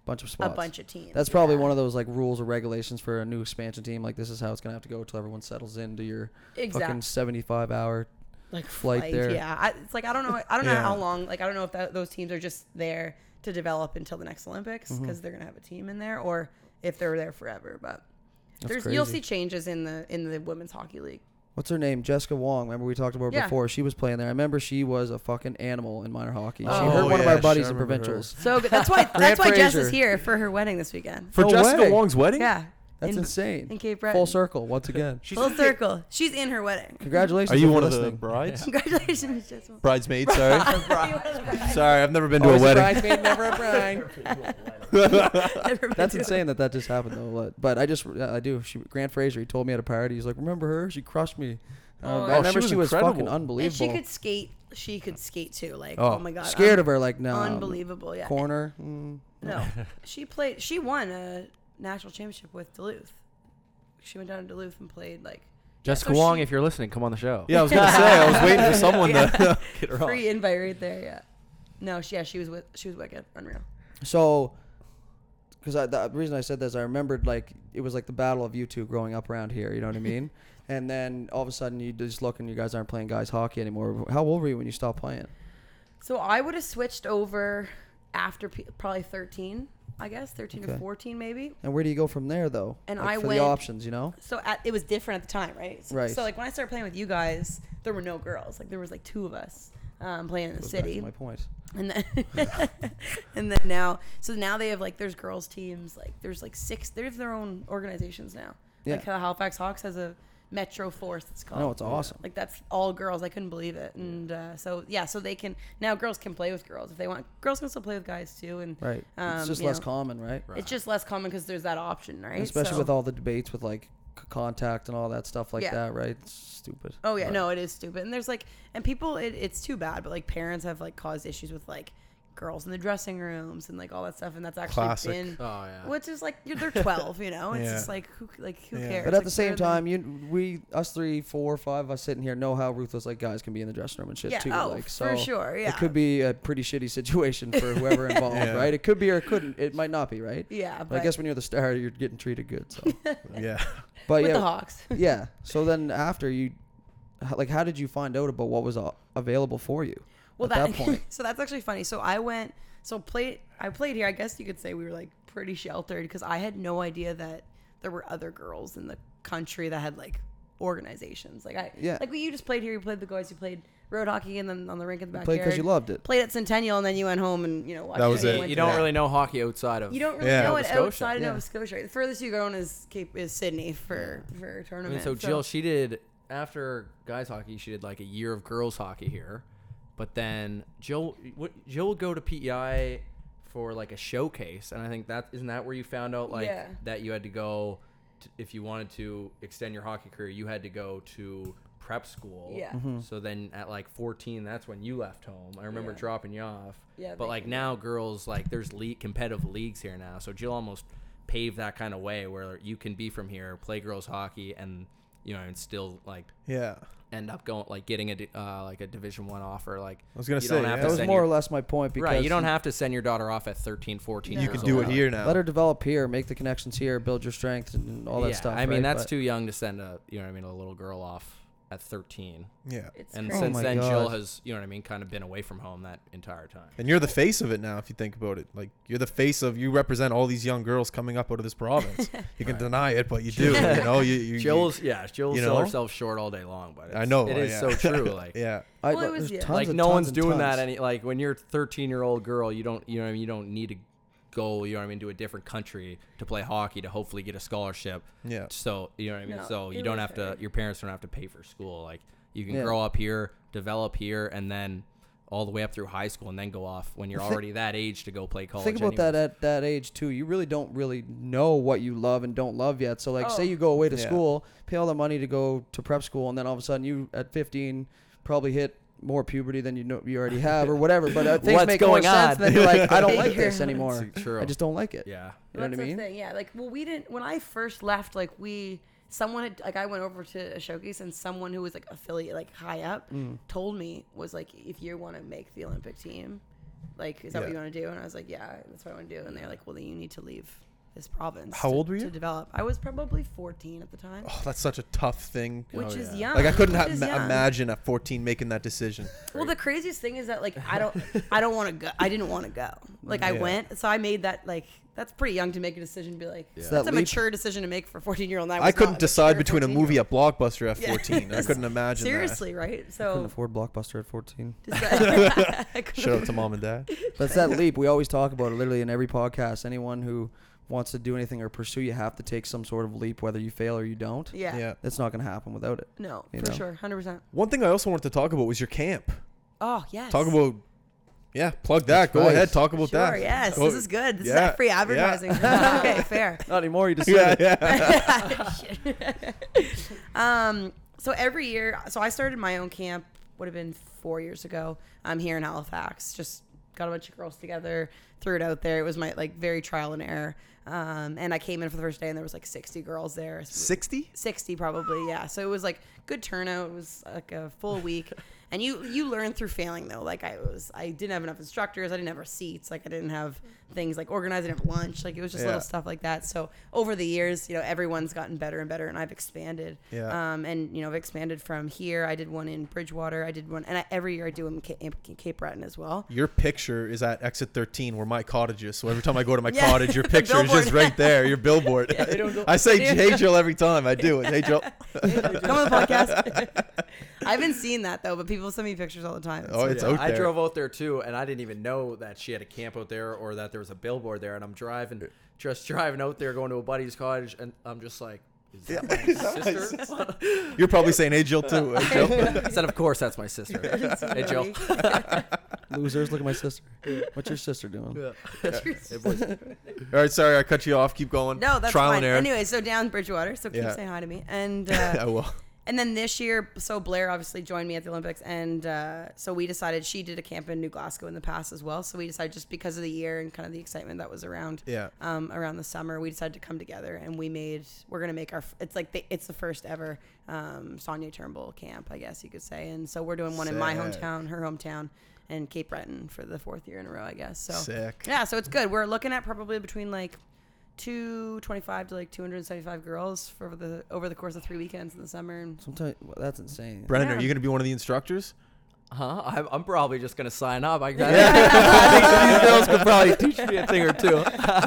bunch of spots.
a bunch of teams.
That's probably one of those like rules or regulations for a new expansion team. Like this is how it's gonna have to go till everyone settles into your fucking
Exact-
seventy-five hour
like
flight there.
Yeah, I, it's like I don't know, I don't know
Yeah.
how long. Like I don't know if that, those teams are just there to develop until the next Olympics
Mm-hmm.
because they're gonna have a team in there, or if they're there forever. But there's you'll
crazy.
see changes in the in the women's hockey league.
What's her name? Jessica Wong. Remember we talked about her
Yeah.
before? She was playing there. I remember she was a fucking animal in minor hockey. She
Oh,
hurt one of
yeah,
our
sure,
buddies
I
in
remember her.
provincials.
So good- that's
[laughs]
why that's why Jess
Fraser.
is here for her wedding this weekend.
For
No
Jessica
way.
Wong's wedding?
Yeah,
That's
in,
insane.
in Cape
Full
Breton.
[laughs]
circle once again.
She's
Full circle. She's in her wedding.
Congratulations.
Are you
if
one
you're
of the
listening.
brides?
Congratulations, Jess.
[laughs] Bridesmaids, [laughs]
[laughs]
sorry. sorry, I've never been to
Always
a wedding.
Oh, bridesmaid, never a bride.
[laughs] Never been
[laughs] That's
to a-
insane that that just happened though. But- But I just I do. She Grant Fraser. He told me at a party. He's like, remember her? She crushed me. Um,
Oh,
I
yeah.
Oh,
remember she was,
she was
fucking
incredible.
And
unbelievable.
she could skate. She could skate too. Like,
Oh,
oh, my god,
Scared
un-
of her like no.
unbelievable. Yeah,
Corner. Mm.
no, she played. She won a national championship with Duluth. She went down to Duluth and played like
Jessica
so she-
Wong, if you're listening, come on the show.
Yeah, I was gonna say I was waiting for
[laughs]
someone [laughs] to.
Get her
free invite right there. Yeah, no, she yeah she was with she was wicked, unreal.
So because I, the reason I said this, I remembered like it was like the battle of you two growing up around here. You know what
[laughs]
I mean? and then all of a sudden you just look and you guys aren't playing guys hockey anymore. How old were you when you stopped playing?
So I would have switched over after p- probably 13, I guess, 13 or
Okay.
14 maybe.
And where do you go from there though?
And
Like,
I
for
went-
the options, you know.
So at, it was different at the time, right? So,
Right.
So like when I started playing with you guys, there were no girls. Like there was like two of us um, playing in the
Goes back to
city.
My point.
[laughs] and then [laughs] and then now so now they have like there's girls teams like there's like six they have their own organizations now
Yeah.
like how halifax hawks has a metro force it's called
No, it's awesome.
like that's all girls i couldn't believe it and uh, so yeah so they can now girls can play with girls if they want girls can still play with guys too and
Right. it's
um,
just
you
less
know,
common, right?
it's just less common because there's that option right
Especially
So-
with all the debates with like c- contact and all that stuff like
Yeah.
that, right? It's stupid.
Oh yeah, no, it is stupid. And there's like, and people, it, it's too bad, but like parents have like caused issues with like girls in the dressing rooms and like all that stuff, and that's actually
Classic.
been,
Oh, yeah.
which is like you're, they're 12, you know, it's
Yeah.
just like who like who
Yeah.
cares?
But at
Like,
the same
they're the-
time, you we us three, four, five of us sitting here know how ruthless like guys can be in the dressing room and shit
Yeah,
too.
oh,
like so
for sure, yeah.
It could be a pretty shitty
[laughs]
situation for whoever involved,
Yeah.
right? It could be or it couldn't. It might not be, right?
yeah,
But I guess when you're the star, you're getting treated good.
[laughs]
So,
[laughs] Yeah.
but
with the
yeah,
Hawks,
yeah. So then after you, h- like, how did you find out about what was a- available for you?
well [laughs]
at that, point,
so that's actually funny. So I went, so played, I played here. I guess you could say we were like pretty sheltered because I had no idea that there were other girls in the country that had like organizations. Like I,
Yeah.
like you just played here. You played the guys. You played road hockey and then on the rink in the
played
backyard.
because you loved it.
played at Centennial and then you went home and you know watched
That was
it.
it.
went
You
to
don't
that.
really
know hockey outside of.
you don't really
Yeah.
know
Nova
it
Scotia.
outside of
Yeah.
Nova Scotia. The furthest you go on is Cape is Sydney for for
I
tournaments.
mean, so Jill, she did after guys hockey, she did like a year of girls hockey here, but then Jill, what, Jill would go to PEI for like a showcase, and I think that isn't that where you found out like
Yeah.
that you had to go to, if you wanted to extend your hockey career, you had to go to prep school.
Yeah.
Mm-hmm.
So then at like 14, that's when you left home. I remember
Yeah.
dropping you off.
Yeah,
But
they
like now, girls like there's league competitive leagues here now, so Jill almost paved that kind of way where you can be from here, play girls hockey, and you know, and still like
Yeah.
end up going like getting a di- uh, like a Division One offer. Like I
was gonna
you
say,
don't have
yeah.
to
That was
send
more or
your,
less my point because
right. You don't have to send your daughter off at 13, 14.
You
years
can
old
do it
now.
here now.
let her develop here, make the connections here, build your strength and all that
yeah,
stuff.
I mean,
right?
that's
But-
too young to send a you know what I mean a little girl off at 13.
Yeah.
It's
and
crazy.
since
my
then,
God.
Jill has you know what I mean kind of been away from home that entire time.
And you're the face of it now, if you think about it. Like you're the face of you represent all these young girls coming up out of this
[laughs]
province. you can deny it, but you do. You know, you,
[laughs]
you,
Jill's yeah, Jill's
you
sell
know?
herself short all day long, but it's,
I know
it is
yeah. [laughs]
so true. Like
yeah,
I,
Well, it was-
there's
yeah.
tons
like
and
no
tons
one's
and
doing that
tons.
any like when you're a 13 year old girl you don't you know what I mean, you don't need to go you know what I mean to a different country to play hockey to hopefully get a scholarship
yeah.
so you know what I mean
No,
so you
it
don't
was
have to
fair.
your parents don't have to pay for school like you can
Yeah.
grow up here develop here and then all the way up through high school and then go off
[laughs]
when you're
Think-
already that age to go play college
Think about
anyways.
that at that age too. You really don't really know what you love and don't love yet. So like,
Oh.
say you go away to
Yeah.
school, pay all the money to go to prep school, and then all of a sudden you at 15 probably hit more puberty than you know you already have or whatever.
[laughs]
But uh, things
What's
make
going
more sense.
on?
Then you're like,
[laughs]
I don't like
Figure [laughs]
this
out.
anymore.
It's true.
I just don't like it.
yeah
You know
That's
what I
the
mean?
Thing. Yeah, like well, we didn't. When I first left, like we someone had like I went over to a showcase and someone who was like affiliate, like high up,
Mm.
told me was like, if you want to make the Olympic team, like is that what
Yeah.
you want to do? And I was like, yeah, that's what I want to do. And they're like, well, then you need to leave this province.
How
to-
old were you?
to develop? I was probably 14 at the time,
Oh, that's such a tough thing.
which is
yeah.
young.
Oh, Like I couldn't
which
ha-
Uh-huh. is
ma-
young.
imagine at 14 making that decision.
Well, the craziest thing is that like I don't, I don't want to go. I didn't want to go. Like I
Yeah.
went, so I made that like that's pretty young to make a decision. to Be like,
It's
that's
that
a
leap-
mature decision to make for a fourteen year old.
I couldn't decide between a movie at Blockbuster at 14.
[laughs]
I couldn't imagine. that.
Seriously, right?
Couldn't
So
afford Blockbuster at 14.
[laughs]
[laughs]
just that- I couldn't-
Shout out to mom and dad.
But it's that leap we always talk about it literally in every podcast. Anyone who wants to do anything or pursue, you have to take some sort of leap, whether you fail or you don't.
[laughs] yeah.
yeah.
It's not going to happen without it.
no,
You
for
know.
sure, hundred percent.
One thing I also wanted to talk about was your camp.
Oh yes.
Talk about, yeah, plug that.
That's
Go
right.
ahead, talk about
sure,
that. Oh,
Yes,
Go-
this
[laughs]
is good. This is
yeah,
not free
yeah.
advertising. [laughs]
[laughs]
okay, fair.
Not anymore. You just
Yeah, yeah.
[laughs] um, so every year, so I started my own camp. Would have been four years ago. I'm here in Halifax. Just got a bunch of girls together, threw it out there. It was my like very trial and error. Um, and I came in for the first day, and there was like 60 girls there. So-
60?
60 probably yeah so it was like good turnout it was like a full
[laughs]
week and you you learn through failing though like i was i didn't have enough instructors i didn't have seats like i didn't have things like organized i didn't have lunch like it was just
Yeah.
little stuff like that so over the years you know everyone's gotten better and better and i've expanded
Yeah.
um and you know i've expanded from here i did one in bridgewater i did one and I, every year i do them in Ca- in cape breton as
[laughs]
well
Your picture is at exit 13 where my cottage is. So every time I go to my
[laughs] Yeah.
cottage, your
The
picture is just
billboard.
right there,
[laughs]
your billboard.
They don't go-
[laughs] I say,
Yeah.
hey, Jill, every time. I do. it. Hey, Jill.
come on the podcast [laughs] i haven't seen that though but people send me pictures all the time [laughs]
Oh, it's
Yeah,
out
I
there.
drove out there too, and I didn't even know that she had a camp out there or that there was a billboard there. And I'm driving, just driving out there, going to a buddy's cottage, and I'm just like, is that my sister?
You're
[laughs]
probably saying, hey, Jill, too. Hey, Jill.
[laughs] I said, of course, that's my sister. hey,
[laughs]
Joe.
Losers, look at my sister. What's your sister doing?
All right, sorry, I cut you off. Keep going.
No, that's
Trial
fine.
and error. Oh,
Anyway, so down Bridgewater, so keep
Yeah.
saying hi to me. And
I [laughs]
uh,
will.
and then this year, so Blair obviously joined me at the Olympics, and uh, so we decided she did a camp in New Glasgow in the past as well. So we decided just because of the year and kind of the excitement that was around,
Yeah.
um, around the summer, we decided to come together and we made we're gonna make our f- it's like the, it's the first ever um, Sonia Turnbull camp, I guess you could say. And so we're doing one in my
Sick.
hometown, her hometown, and Cape Breton for the fourth year in a row, I guess. So
Sick.
yeah, so it's good. We're looking at probably between like 225 to like 275 girls for the over the course of three weekends in the summer.
[laughs]
And
Sometimes well, that's insane. [laughs]
Brennan, are
Yeah.
you going to be one of the instructors?
Huh? I'm, I'm probably just gonna sign up.
[laughs]
I,
Yeah.
[laughs] I think these girls could probably teach me a thing or two.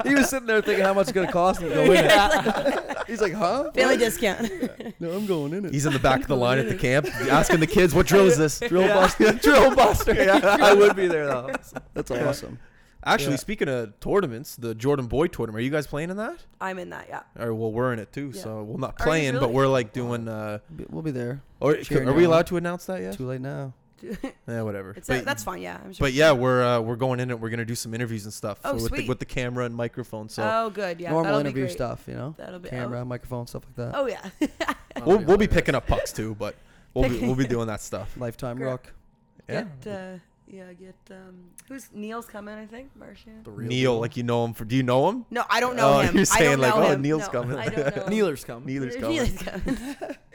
he was sitting there thinking how much it's gonna cost him to go in. it. He's like, huh?
[laughs] Family discount. [laughs]
No, I'm going in it. [laughs]
He's in the back of the line at the camp asking the kids, what drill is this?
[laughs]
drill buster.
Drill buster. I would be there though.
That's awesome.
Actually,
Yeah.
speaking of tournaments, the Jordan Boyd tournament, are you guys playing in that?
I'm in that, yeah.
Or well, we're in it too,
Yeah.
so we're not
Are you
playing, but
really?
we're like doing. uh
Be- We'll be there.
Or
Cheering
are we
you on.
allowed to announce that yet?
Too late now.
Yeah, whatever.
[laughs] It's
but,
that's fine, yeah. I'm sure.
but yeah, we're uh, we're going in it. We're gonna do some interviews and stuff
Oh,
so with, the,
sweet.
with the camera and microphone. So
oh, good, yeah.
Normal
that'll be
interview
great.
stuff, you know.
That'll be
Camera, microphone, stuff like that.
Oh, oh yeah. [laughs]
we'll, we'll be picking up pucks too, but we'll be, we'll be doing that stuff.
Lifetime
Great.
rock.
Yeah.
Get, uh, yeah, get um, who's Neil's coming? I think Martian.
Neil, like you know him for? Do you know him?
No, I don't know
Oh,
him.
you're
I
saying,
don't
like,
know
oh,
him.
Neil's
No,
coming.
I
[laughs]
don't know. him.
Neeler's coming.
Neither's coming.
Neil's coming.
[laughs]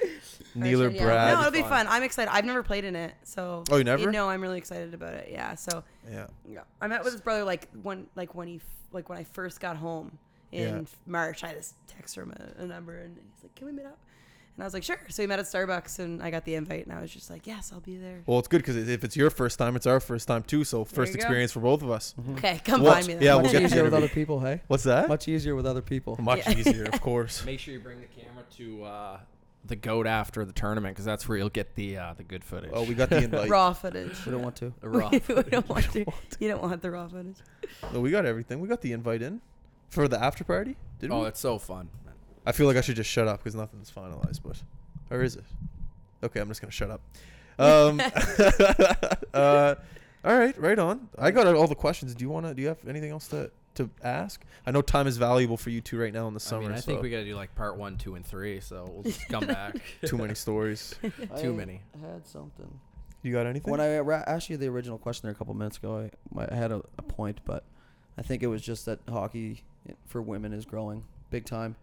Neither
Martian, yeah.
Brad.
No, it'll be
Fun.
fun. I'm excited. I've never played in it, so.
Oh, you never?
No, I'm really excited about it. Yeah, so
Yeah.
Yeah. I met with his brother like one like when he f- like when I first got home in
Yeah.
f- March. I just text him a, a number and he's like, "Can we meet up?" And I was like, "Sure." So we met at Starbucks and I got the invite and I was just like, "Yes, I'll be there."
Well, it's good because if it's your first time, it's our first time too. So first
you go.
experience for both of us.
Okay, come
Well,
find me. Then.
yeah, we'll
Much
get the
easier with
interview.
other people, hey?
What's that?
Much easier with other people.
Much
Yeah.
easier,
[laughs]
of course.
Make sure you bring the camera to uh, the goat after the tournament, because that's where you'll get the uh, the good footage.
Oh, we got the invite.
raw footage.
We don't want to.
[laughs]
the [laughs] raw.
we don't want to.
[laughs]
You don't want the raw footage.
Oh, we got everything. We got the invite in for the after party. Did
oh,
we?
it's so fun.
I feel like I should just shut up because nothing's finalized. But or is it? Okay, I'm just gonna shut up. Um, [laughs] uh, all right, right on. I got all the questions. Do you wanna? Do you have anything else to to ask? I know time is valuable for you two right now in the
I,
summer.
mean,
so
I think we got to do like part one, two, and three. So we'll just
[laughs]
come back.
too
[laughs]
many stories.
Too many.
had something.
You got anything?
When I ra- asked you the original question there a couple minutes ago, I, my- I had a, a point, but I think it was just that hockey for women is growing big time.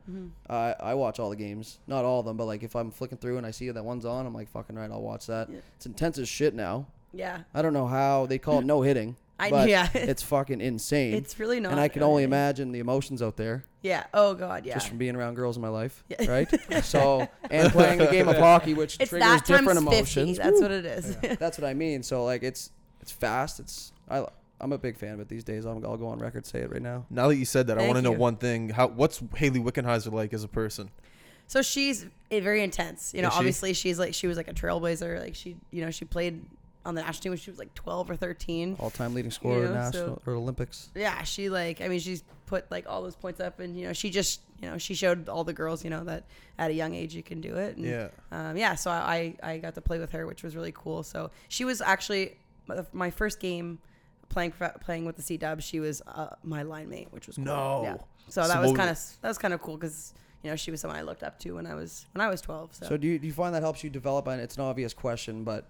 I I watch all the games, not all of them, but like if I'm flicking through and I see that one's on, I'm like, fucking right, I'll watch that.
Yeah.
It's intense as shit now.
Yeah.
I don't know how
[laughs]
they call it no hitting.
I-
but
yeah.
[laughs] it's fucking insane.
It's really not.
and I can only
really.
imagine the emotions out there
Yeah. Oh god, yeah.
just from being around girls in my
[laughs]
life,
Yeah.
right? so and playing the
[laughs]
game of hockey, which
it's
triggers
that times
different
50.
emotions.
That's what it is.
That's what I mean. So like it's it's fast. It's I I'm a big fan of it these days. I'm, I'll go on record say it right now.
now that you said that, I
Thank
want to know
you.
one thing. How what's Haley Wickenheiser like as a person?
[laughs] So she's eh, very intense. You know,
Is she?
obviously she's like she was like a trailblazer. Like she, you know, she played on the national team when she was like 12 or 13.
All
[laughs]
time leading scorer
know,
national
so-
or Olympics.
Yeah, she like I mean she's put like all those points up and you know she just you know she showed all the girls you know that at a young age you can do it.
Mm.
And,
Yeah.
Um, yeah. So I I got to play with her, which was really cool. So she was actually uh, my first game playing playing with the C Dub. She was uh, my line mate, which was cool.
No.
Yeah. So
So
that was
what-
kind of that was kind of cool because you know she was someone I looked up to when I was when I was 12.
So do you, do you find that helps you develop? And it's an obvious question, but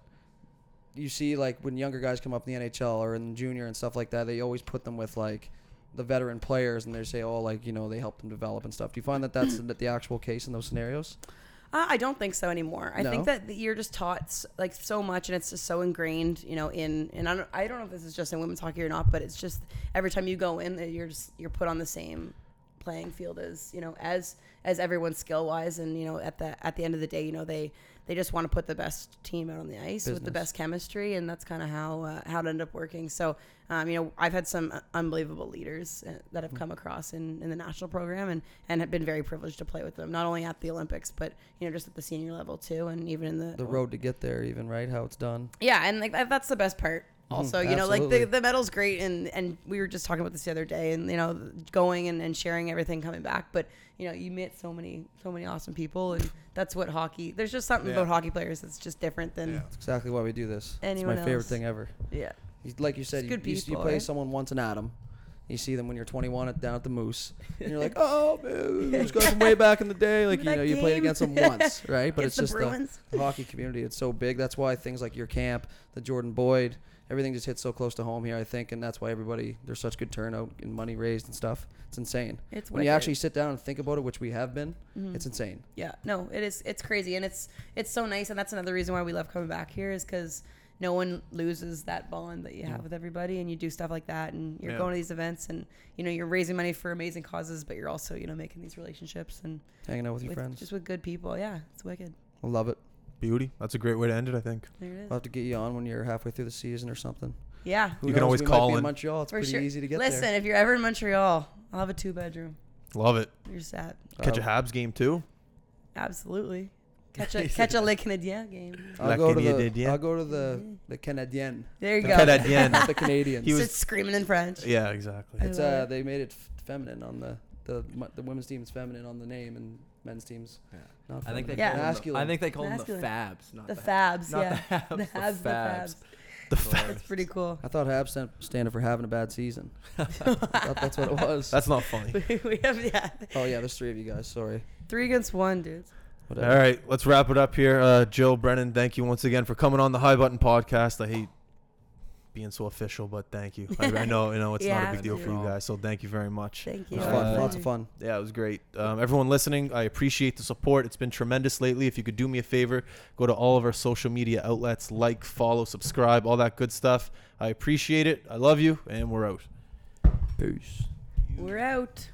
you see like when younger guys come up in the NHL or in junior and stuff like that, they always put them with like the veteran players and they say, oh, like you know, they help them develop and stuff. Do you find
[coughs]
that that's the, the actual case in those scenarios?
Uh, I don't think so anymore. I think
No?
that you're just taught s- like so much, and it's just so ingrained, you know. In and I don't, I don't know if this is just in women's hockey or not, but it's just every time you go in, that you're just you're put on the same playing field as you know as as everyone skill wise, and you know at the at the end of the day, you know they they just want to put the best team out on the ice with the
Business.
best chemistry, and that's kind of how uh, how it ended up working. So, um, you know, I've had some unbelievable leaders uh, that
Hmm.
have come across in, in the national program, and and have been very privileged to play with them, not only at the Olympics, but you know, just at the senior level too, and even in the,
The road to get there, even right, how it's done.
yeah, and like that, that's the best part. Also, you know, like the,
Hmm, absolutely.
the medal's great, and and we were just talking about this the other day, and you know, going and, and sharing everything coming back. But you know, you meet so many so many awesome people, and that's what hockey. There's just something
Yeah.
about hockey players that's just different than
Yeah.
That's exactly why we do this.
Anyone
it's my favorite
else?
thing ever.
yeah.
You- Like you said,
It's
you,
good
you, you
people,
play
right?
someone once an atom. You see them when you're 21 at, down at the Moose, and
[laughs]
you're like, "Oh, man, those guys from way back in the day." Like you
Remember
know,
that
you played
game? [laughs]
against them once, right? But
Against
it's
the
just the,
Bruins?
the hockey community. It's so big. That's why things like your camp, the Jordan Boyd, everything just hits so close to home here. I think, and that's why everybody there's such good turnout and money raised and stuff. It's insane.
It's
when you
wicked. Mm-hmm.
actually sit down and think about it, which we have been. It's insane.
yeah no it is it's crazy and it's it's so nice and that's another reason why we love coming back here is because no one loses that bond that you have with everybody and you do stuff like that and you're
Yeah.
going to these events and you know you're raising money for amazing causes but you're also you know making these relationships and
Hanging out with your
with,
friends,
just with good people yeah it's wicked
I love it.
Beauty. That's a great way to end it, I think.
there it
I'll
is
have to get you on when you're halfway through the season or something.
yeah
Who
You can
knows?
always
we
call
might be
in.
in Montreal. It's
for
pretty
sure
easy to get
listen
there.
if you're ever in montreal i'll have a two bedroom
Love it.
you're set
Catch a
Um,
Uh,
Habs game
[laughs]
too.
absolutely catch a catch a le canadien game
La
I'll go, to
Canadienne.
the, I'll go to the the Canadienne,
there you
The
go
Canadienne.
not [laughs] the Canadians.
He was-
Just screaming in french
Yeah, exactly.
it's uh, they made it f- feminine on the the mu- the women's team is feminine on the name and men's teams.
Yeah.
Not
I think they
feminine.
Yeah.
call 'em the-
masculine.
I think they call
Masculine.
them the Fabs, not
the
the,
fabs
not
yeah
the Habs.
[laughs] the Habs, the
The
Fabs. That's pretty cool.
I thought Habs stand, standing for having a bad
[laughs]
season. I thought
[laughs]
that's what it was.
That's not funny.
we have yeah,
oh yeah, there's three of you guys. Sorry.
three against one, dude.
All
uh,
Whatever.
right, let's wrap it up here. Uh, Jill, Brennan, thank you once again for coming on the High Button Podcast. I hate being so official, but thank you. I, I know, you know,
[laughs]
it's not
Yeah,
a big deal for you
dude.
guys, so thank you very much.
Thank
It
you.
was
Yeah.
fun.
Uh,
Lots of fun.
Yeah, it was great. Um, everyone listening, I appreciate the support. It's been tremendous lately. If you could do me a favor, go to all of our social media outlets, like, follow, subscribe, all that good stuff. I appreciate it. I love you, and we're out.
Peace.
We're out.